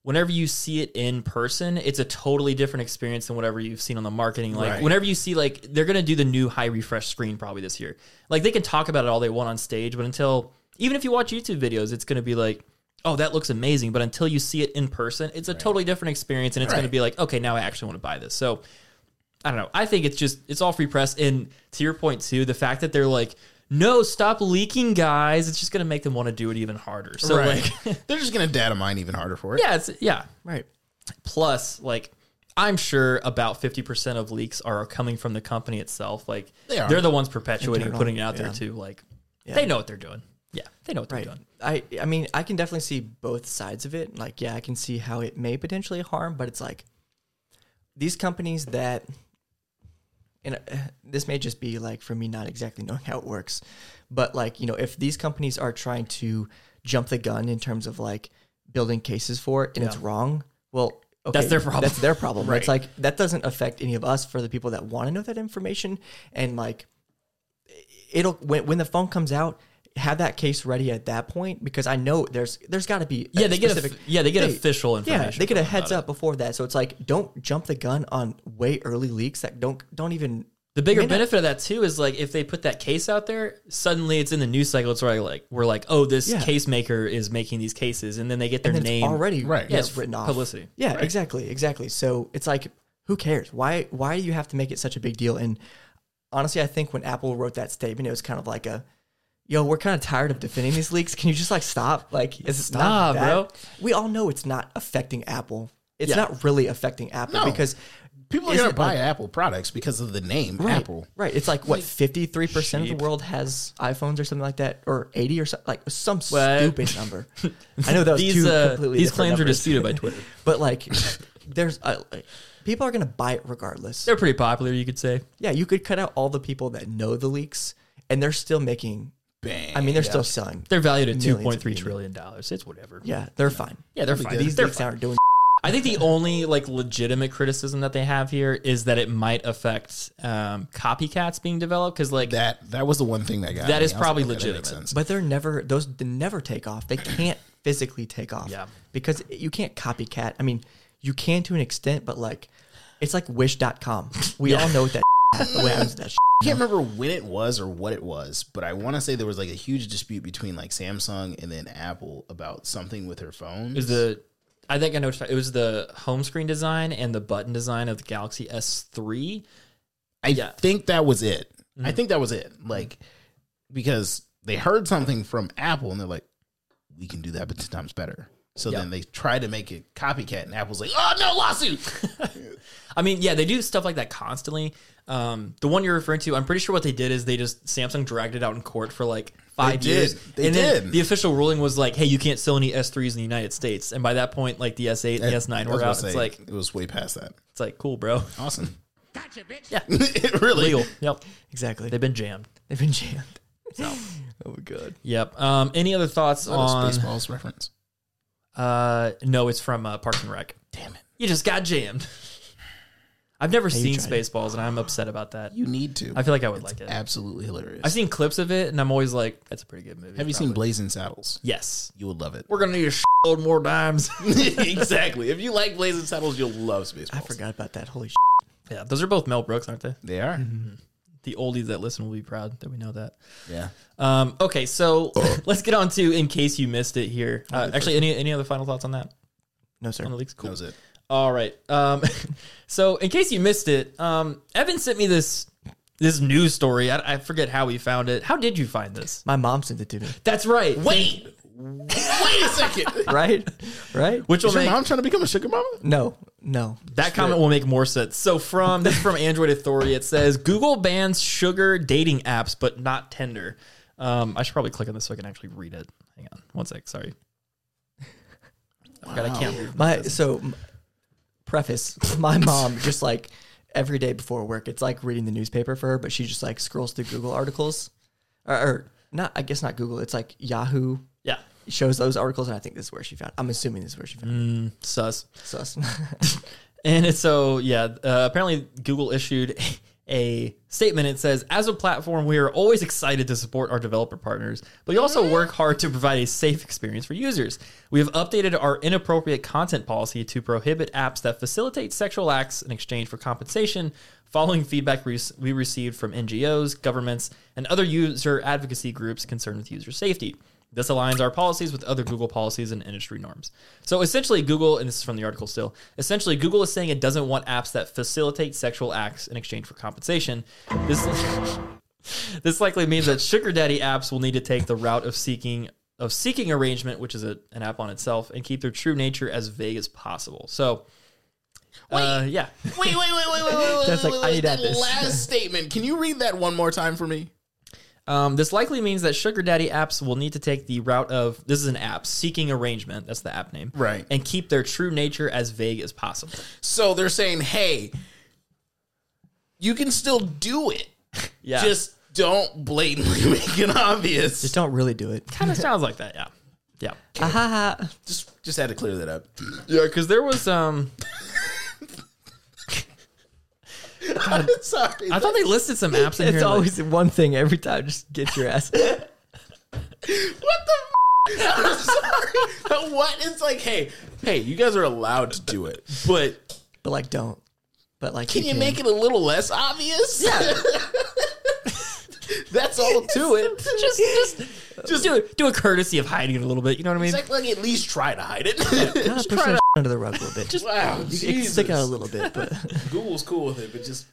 S1: whenever you see it in person it's a totally different experience than whatever you've seen on the marketing like
S3: Right.
S1: whenever you see like they're going to do the new high refresh screen probably this year like they can talk about it all they want on stage but until even if you watch YouTube videos it's going to be like oh that looks amazing but until you see it in person it's a totally different experience and it's going to
S3: Right.
S1: be like okay now I actually want to buy this so I don't know. I think it's just it's all free press. And to your point too, the fact that they're like, no, stop leaking, guys. It's just gonna make them want to do it even harder. So like, (laughs)
S3: They're just gonna data mine even harder for it.
S1: yeah, it's yeah.
S2: Right.
S1: Plus, like, I'm sure about fifty percent of leaks are coming from the company itself. Like,
S3: They
S1: they
S3: are.
S1: are the ones perpetuating,
S2: Internal,
S1: and putting it out there
S2: yeah.
S1: too. Like, they know what they're doing. Yeah, they know what they're
S2: Right.
S1: doing.
S2: I I mean I can definitely see both sides of it. Like yeah, I can see how it may potentially harm, but it's like these companies that and uh, this may just be like for me not exactly knowing how it works, but like, you know, if these companies are trying to jump the gun in terms of like building cases for it and it's wrong, well, okay,
S1: That's their problem.
S2: That's
S1: (laughs)
S2: their problem. It's
S3: Right.
S2: like that doesn't affect any of us for the people that want to know that information and like it'll when, when the phone comes out have that case ready at that point because i know there's there's got to be a
S1: Yeah, they get a,
S2: specific-
S1: yeah they get
S2: they-
S1: official information.
S2: yeah they get a heads up before that so it's like don't jump the gun on way early leaks that don't don't even
S1: The bigger
S2: May not-
S1: benefit of that too is like if they put that case out there, suddenly it's in the news cycle. It's where like we're like, oh, this
S2: Yeah.
S1: case maker is making these cases, and then they get their
S2: and it's
S1: name
S2: already
S3: Right.
S2: yeah,
S1: Yes,
S2: written off
S1: publicity.
S2: yeah exactly exactly so it's like who cares why why do you have to make it such a big deal and honestly i think when apple wrote that statement it was kind of like a yo we're kind of tired of defending these leaks can you just like stop like is it
S1: Stop,
S2: not that-
S1: bro.
S2: we all know it's not affecting apple it's
S1: Yeah.
S2: not really affecting apple
S3: No.
S2: because
S3: People are
S2: Isn't
S3: gonna
S2: it
S3: buy Apple products because of the name
S2: Right,
S3: Apple.
S2: Right. It's like what fifty three percent of the world has iPhones or something like that, or eighty or something like some
S1: Well,
S2: stupid number. I know that was
S1: (laughs) These
S2: two
S1: uh,
S2: completely
S1: these
S2: different
S1: claims are
S2: numbers.
S1: disputed
S2: (laughs)
S1: by Twitter.
S2: but like, there's uh, like, people are gonna buy it regardless.
S1: They're pretty popular, you could say.
S2: yeah, you could cut out all the people that know the leaks, and they're still making.
S3: Bang.
S2: I mean, they're still selling.
S1: They're valued at two
S2: Millions of
S1: point three
S2: people.
S1: trillion dollars. It's whatever.
S2: yeah, they're fine.
S1: yeah, they're fine.
S2: These
S1: They're
S2: leaks
S1: fine.
S2: aren't doing. (laughs)
S1: I think the only like legitimate criticism that they have here is that it might affect um, copycats being developed because like
S3: that that was the one thing that got
S1: That
S3: me.
S1: is
S3: I was
S1: probably
S3: okay, that
S1: legitimate.
S3: makes sense.
S2: But they're never those they never take off. They
S1: (clears throat)
S2: can't physically take off.
S1: Yeah.
S2: Because you can't copycat. I mean,
S1: (laughs)
S2: you (laughs) can to an extent, but like it's like wish.com. We all know what that (laughs) what happens to that shit.
S3: I can't remember when it was or what it was, but I want to say there was like a huge dispute between like Samsung and then Apple about something with her phone.
S1: Is the I think I know what you're talking- it was the home screen design and the button design of the Galaxy S3.
S3: I
S1: yeah. Mm-hmm.
S3: think that was it. I think that was it. Like because they heard something from Apple and they're like, we can do that, but ten times better. So
S1: Yeah.
S3: then they tried to make it copycat, and Apple's like, oh no, lawsuit.
S1: I mean, yeah, they do stuff like that constantly. Um, the one you're referring to, I'm pretty sure what they did is they just Samsung dragged it out in court for like five
S3: did.
S1: years.
S3: They
S1: and then
S3: did.
S1: the official ruling was like, hey, you can't sell any S3s in the United States. And by that point, like the S8 and the S9
S3: I was
S1: were
S3: gonna
S1: out.
S3: say,
S1: It's like
S3: it was way past that.
S1: it's like cool,
S3: (laughs)
S1: bro.
S3: Awesome.
S1: Yeah,
S3: (laughs) it really.
S1: legal. yep,
S2: Exactly.
S1: they've been jammed.
S2: They've been jammed. (laughs) Oh my god.
S1: Yep. Um, any other thoughts
S3: On
S1: on?
S3: Spaceballs reference.
S1: Uh, no, it's from uh, Parks and Rec.
S3: Damn it.
S1: You just got jammed. (laughs) I've never
S2: you
S1: seen
S2: tried
S1: Spaceballs, and I'm upset about that.
S3: You need to.
S1: I feel like I would like it.
S3: Absolutely hilarious.
S1: I've seen clips of it, and I'm always like, "That's a pretty good movie."
S3: Have you seen Blazing Saddles?
S1: Yes.
S3: You would love it.
S1: We're gonna need a shitload more dimes.
S3: (laughs) exactly. If you like Blazing Saddles, you'll love Spaceballs.
S2: I forgot about that.
S1: (laughs)
S2: Holy shit.
S1: (laughs) yeah, those are both Mel Brooks, aren't they?
S3: They are.
S1: Mm-hmm. The oldies that listen will be proud that we know that.
S3: Yeah.
S1: Um, okay, so (laughs) let's get on to in case you missed it here. Uh, actually, any any other final thoughts on that?
S2: No sir.
S1: On the leaks,
S3: That
S1: cool.
S3: was it.
S1: All right. Um, (laughs) so in case you missed it, um, Evan sent me this this news story. I, I forget how we found it. How did you find this?
S2: My mom sent it to me.
S1: That's right.
S3: Wait. Wait a second.
S2: (laughs) Right? right?
S1: which will
S3: Is your
S1: make
S3: mom trying to become a sugar mama?
S2: No. No.
S1: That comment will make more sense. So from this is from Android Authority, it says Google bans sugar dating apps, but not Tinder. Um, I should probably click on this so I can actually read it. Hang on, one sec. Sorry, God, I can't read.
S2: My so m- preface. My mom just like every day before work, it's like reading the newspaper for her, but she just like scrolls through Google articles, or, or not. I guess not Google. It's like Yahoo
S1: Yeah,
S2: shows those articles, and I think this is where she found. I'm assuming this is where she found. it.
S1: sus.
S2: Sus.
S1: And it's so yeah, uh, apparently Google issued (laughs) a statement. It says, "As a platform, we are always excited to support our developer partners, but we also work hard to provide a safe experience for users. We have updated our inappropriate content policy to prohibit apps that facilitate sexual acts in exchange for compensation." Following feedback re- we received from NGOs, governments, and other user advocacy groups concerned with user safety. This aligns our policies with other Google policies and industry norms. So essentially, Google, and this is from the article still, essentially, Google is saying it doesn't want apps that facilitate sexual acts in exchange for compensation. This, (laughs) this likely means that sugar daddy apps will need to take the route of seeking of seeking arrangement, which is a, an app on itself, and keep their true nature as vague as possible. So, uh, yeah,
S3: Wait, wait, wait, wait, wait, wait, wait.
S2: That's like,
S3: wait,
S2: I
S3: wait,
S2: need to
S3: that
S2: add
S1: (laughs)
S2: this.
S3: last statement. Can you read that one more time for me?
S1: Um, this likely means that sugar daddy apps will need to take the route of this is an app seeking arrangement. That's the app name,
S3: Right.
S1: And keep their true nature as vague as possible.
S3: So they're saying, hey, you can still do it.
S1: Yeah,
S3: Just don't blatantly (laughs) make it
S2: (laughs)
S3: obvious.
S2: just don't really do it.
S1: kind of sounds like that. Yeah, yeah,
S2: Ah, ha, ha.
S3: just, just had to clear that up. (laughs)
S1: yeah. Because there was um,
S3: Sorry.
S1: I thought they listed some apps in here.
S2: It's
S1: like-
S2: always one thing every time. Just get your ass. (laughs)
S3: What the? F- (laughs) I'm sorry. (laughs) what? It's like, hey, hey, you guys are allowed to do it, but
S2: But like, don't. But like,
S3: can you make it a little less obvious? Yeah. (laughs) That's all to
S1: (laughs)
S3: it.
S1: just just just do do a courtesy of hiding it a little bit. You know what I mean?
S3: It's like, like at least try to hide it.
S2: (laughs)
S3: (laughs)
S2: Just Ah, push that under the rug a little bit. Just
S3: wow, Jesus.
S2: stick out a little bit, but
S3: Google's cool with it, but (laughs) just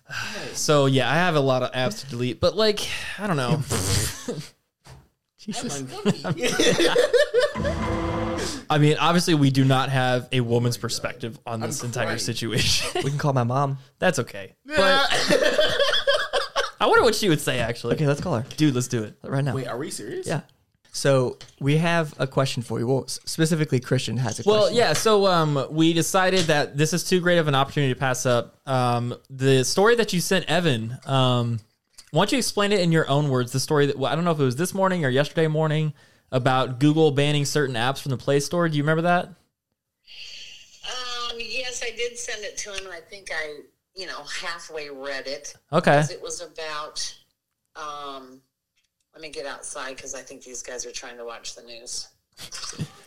S1: so yeah, I have a lot of apps to delete, but like I don't know.
S2: Jesus.
S3: (laughs)
S1: I mean, obviously we do not have a woman's perspective on this entire
S3: crying.
S1: situation. (laughs)
S2: We can call my mom.
S1: That's okay. But I wonder what she would say actually.
S2: Okay, let's call her
S1: Dude, let's do it.
S2: right now.
S3: Wait, are we serious?
S2: Yeah. So we have a question for you. Well, s- specifically, Christian has a
S1: Well,
S2: question.
S1: yeah. So um, we decided that this is too great of an opportunity to pass up. Um, the story that you sent Evan. Um, why don't you explain it in your own words? The story that well, I don't know if it was this morning or yesterday morning about Google banning certain apps from the Play Store. Do you remember that?
S4: Um, yes, I did send it to him, and I think I, you know, halfway read it.
S1: Okay.
S4: 'Cause It was about. Um, let me get outside because I think these guys are trying to watch the news.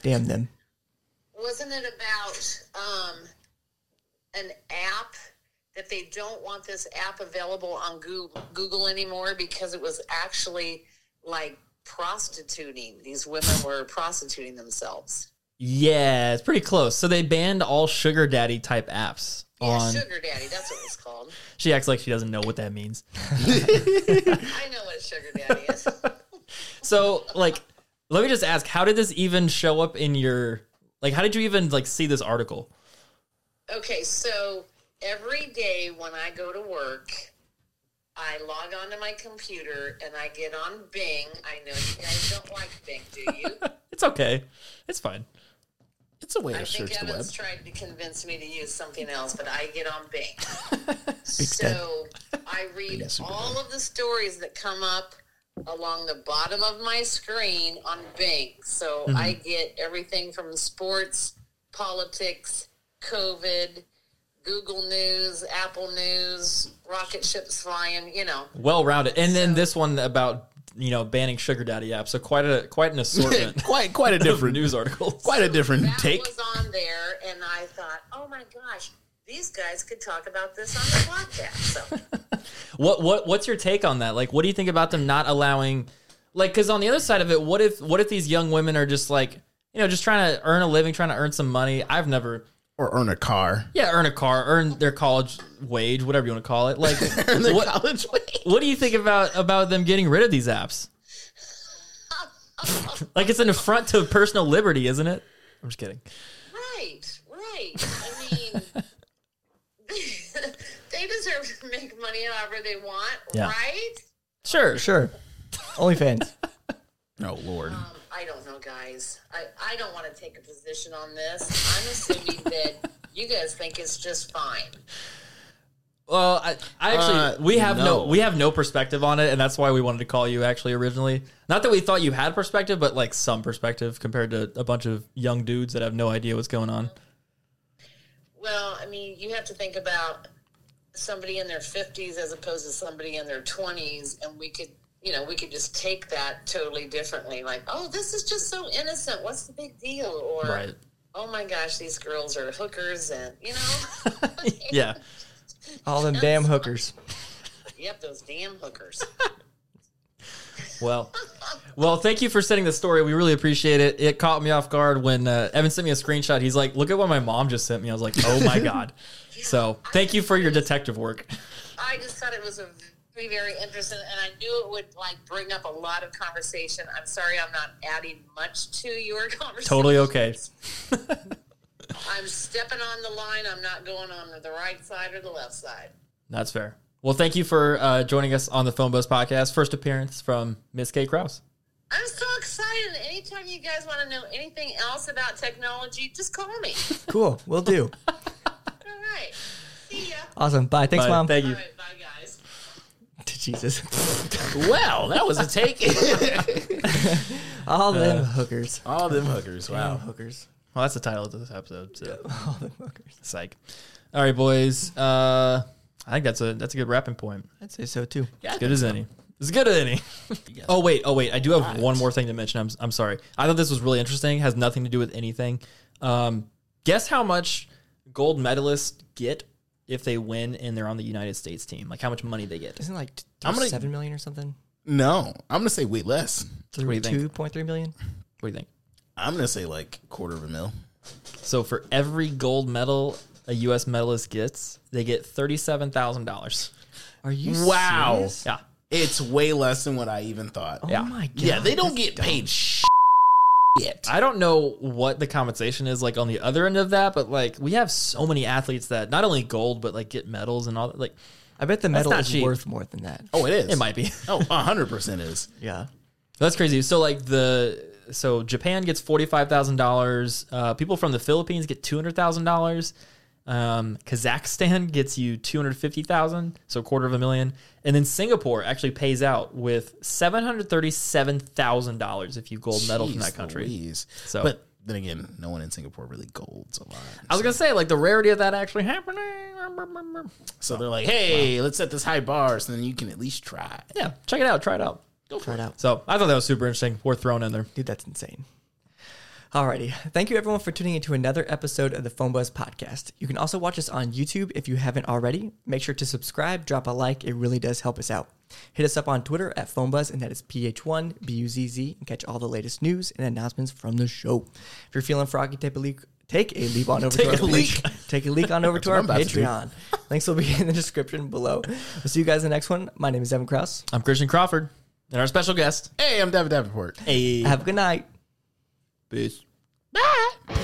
S2: Damn them.
S4: Wasn't it about um, an app that they don't want this app available on Goo- Google anymore because it was actually like prostituting. These women were prostituting themselves.
S1: Yeah, it's pretty close. So they banned all sugar daddy type apps
S4: Yeah,
S1: on.
S4: Sugar Daddy, that's what it's called.
S1: She acts like she doesn't know what that means.
S4: I know what a Sugar Daddy is.
S1: So like, let me just ask: How did this even show up in your? Like, how did you even like see this article?
S4: Okay, so every day when I go to work, I log onto my computer and I get on Bing. I know you guys don't like Bing, do you?
S1: It's okay. It's fine.
S3: It's a way
S4: I
S3: to
S4: think
S3: search the web.
S4: Evan's tried to convince me to use something else, but I get on Bing.
S3: (laughs)
S2: Stan.
S4: so I read
S3: is super
S4: all of the stories that come up along the bottom of my screen on Bing. So
S3: Mm-hmm.
S4: I get everything from sports, politics, COVID, Google News, Apple News, rocket ships flying, you know.
S1: Well rounded. And then this one about you know banning sugar daddy apps. So quite a quite an
S3: (laughs)
S1: assortment. (laughs)
S3: quite quite a
S1: of
S3: different
S1: news articles.
S3: quite a different
S4: that
S3: take.
S4: was on there, and I thought, oh my gosh, these guys could talk about this on the podcast. So.
S1: What what what's your take on that? Like, what do you think about them not allowing? Like, because on the other side of it, what if what if these young women are just like you know just trying to earn a living, trying to earn some money? I've never
S3: or earn a car.
S1: yeah earn a car, earn their college wage, whatever you want to call it. Like,
S3: (laughs) Earn their
S1: what,
S3: college wage.
S1: what do you think about about them getting rid of these
S3: (laughs)
S1: apps? like, it's an affront to personal liberty, isn't it? I'm just kidding.
S4: Right, right. I mean, (laughs) they deserve to make money however they want,
S1: Yeah.
S4: right?
S1: Sure,
S2: Sure. OnlyFans.
S3: Oh lord.
S4: Um, I don't know, guys. I, I don't want to take a position on this. I'm assuming that you guys think it's just fine.
S1: Well, I, I actually
S3: Uh,
S1: we have no.
S3: no.
S1: we have no perspective on it, and that's why we wanted to call you actually originally. Not that we thought you had perspective, but like some perspective compared to a bunch of young dudes that have no idea what's going on.
S4: Well, I mean, you have to think about somebody in their 50s as opposed to somebody in their 20s, and we could. You know, we could just take that totally differently. Like, oh, this is just so innocent. What's the big deal? Or,
S1: Right.
S4: oh my gosh, these girls are hookers, and
S1: (laughs)
S4: you know,
S1: Yeah.
S2: All them damn hookers.
S4: yep, those damn hookers.
S1: Well, well, thank you for sending the story. We really appreciate it. It caught me off guard when uh, Evan sent me a screenshot. He's like, "Look at what my mom just sent me." I was like, "Oh my god!" So thank you for your detective work.
S4: I just thought it was a very, very interesting, and I knew it would like bring up a lot of conversation. I'm sorry, I'm not adding much to your (laughs) conversation.
S1: Totally okay.
S4: I'm stepping on the line. I'm not going on the right side or the left side.
S1: That's fair. Well, thank you for uh, joining us on the Phone Buzz podcast. First appearance from Miss Kay Krause.
S4: I'm so excited. Anytime you guys want to know anything else about technology, just call
S1: (laughs)
S4: me.
S2: Cool. We'll do.
S4: All right. See ya.
S2: Awesome. Bye. Thanks,
S1: Bye.
S2: Mom. (laughs)
S1: Thank
S4: All
S1: you.
S4: right. Bye, guys.
S2: Jesus.
S3: Well, that was a
S4: (laughs)
S3: take.
S2: All them hookers.
S3: All them hookers.
S2: All
S3: Wow.
S2: hookers.
S1: Well, that's the title of this episode. So,
S2: (laughs) All them hookers.
S1: psych. All right, boys. Uh, I think that's a that's a good wrapping point.
S2: I'd say so too.
S1: As good as any. As good as
S2: (laughs)
S1: any. oh wait, oh wait. I do have one more thing to mention. I'm I'm sorry. I thought this was really interesting. Has nothing to do with anything. Um, guess how much gold medalists get if they win and they're on the United States team. Like how much money they get.
S2: Isn't it like t-
S3: I'm gonna-
S2: seven million or something?
S3: No, I'm gonna say way less.
S1: do you think?
S2: Two point three million.
S1: What do you think?
S3: I'm gonna say like quarter of a mil.
S1: So for every gold medal a U.S. medalist gets, they get thirty-seven thousand dollars.
S2: Are you
S3: Wow.
S2: serious?
S1: Yeah.
S3: It's way less than what I even thought.
S2: Oh
S1: Yeah.
S2: my god.
S3: yeah, they don't get paid shit.
S1: I don't know what the compensation is like on the other end of that, but like we have so many athletes that not only gold but like get medals and all that. Like
S2: I bet the medal
S1: not
S2: is
S1: cheap.
S2: worth more than that.
S3: Oh, it is.
S1: it might be (laughs)
S3: Oh, 100 percent is.
S2: Yeah.
S1: that's crazy. So like the so Japan gets forty five thousand uh, dollars. People from the Philippines get two hundred thousand dollars. Um, Kazakhstan gets you two hundred fifty thousand, so a quarter of a million, and then Singapore actually pays out with seven hundred thirty seven thousand dollars if you gold medal from
S3: Jeez
S1: that country.
S3: Louise.
S1: So-
S3: but then again, no one in Singapore really golds a lot.
S1: I was gonna say like the rarity of that actually happening.
S3: so they're like, hey, let's set this high bar, so then you can at least try.
S1: yeah, check it out. Try it out.
S2: Go for it out.
S1: So I thought that was super interesting. Worth throwing in there.
S2: Dude, that's insane. Alrighty. Thank you everyone for tuning into another episode of the Phone Buzz podcast. You can also watch us on YouTube if you haven't already. Make sure to subscribe, drop a like. It really does help us out. Hit us up on Twitter at Phone Buzz, and that is PH1 BUZZ, and catch all the latest news and announcements from the show. If you're feeling froggy, take a leak. Take a leap on over to
S1: Take
S2: our
S1: a leak.
S2: Take a leak on over to
S3: what
S2: our
S3: I'm about to do.
S2: Patreon. Links will be (laughs) in the description below. We'll see you guys in the next one. My name is Evan Krause.
S1: I'm Christian Crawford and our special guest.
S3: Hey, I'm David Davenport.
S1: Hey.
S2: Have a good night.
S1: Peace.
S3: Bye.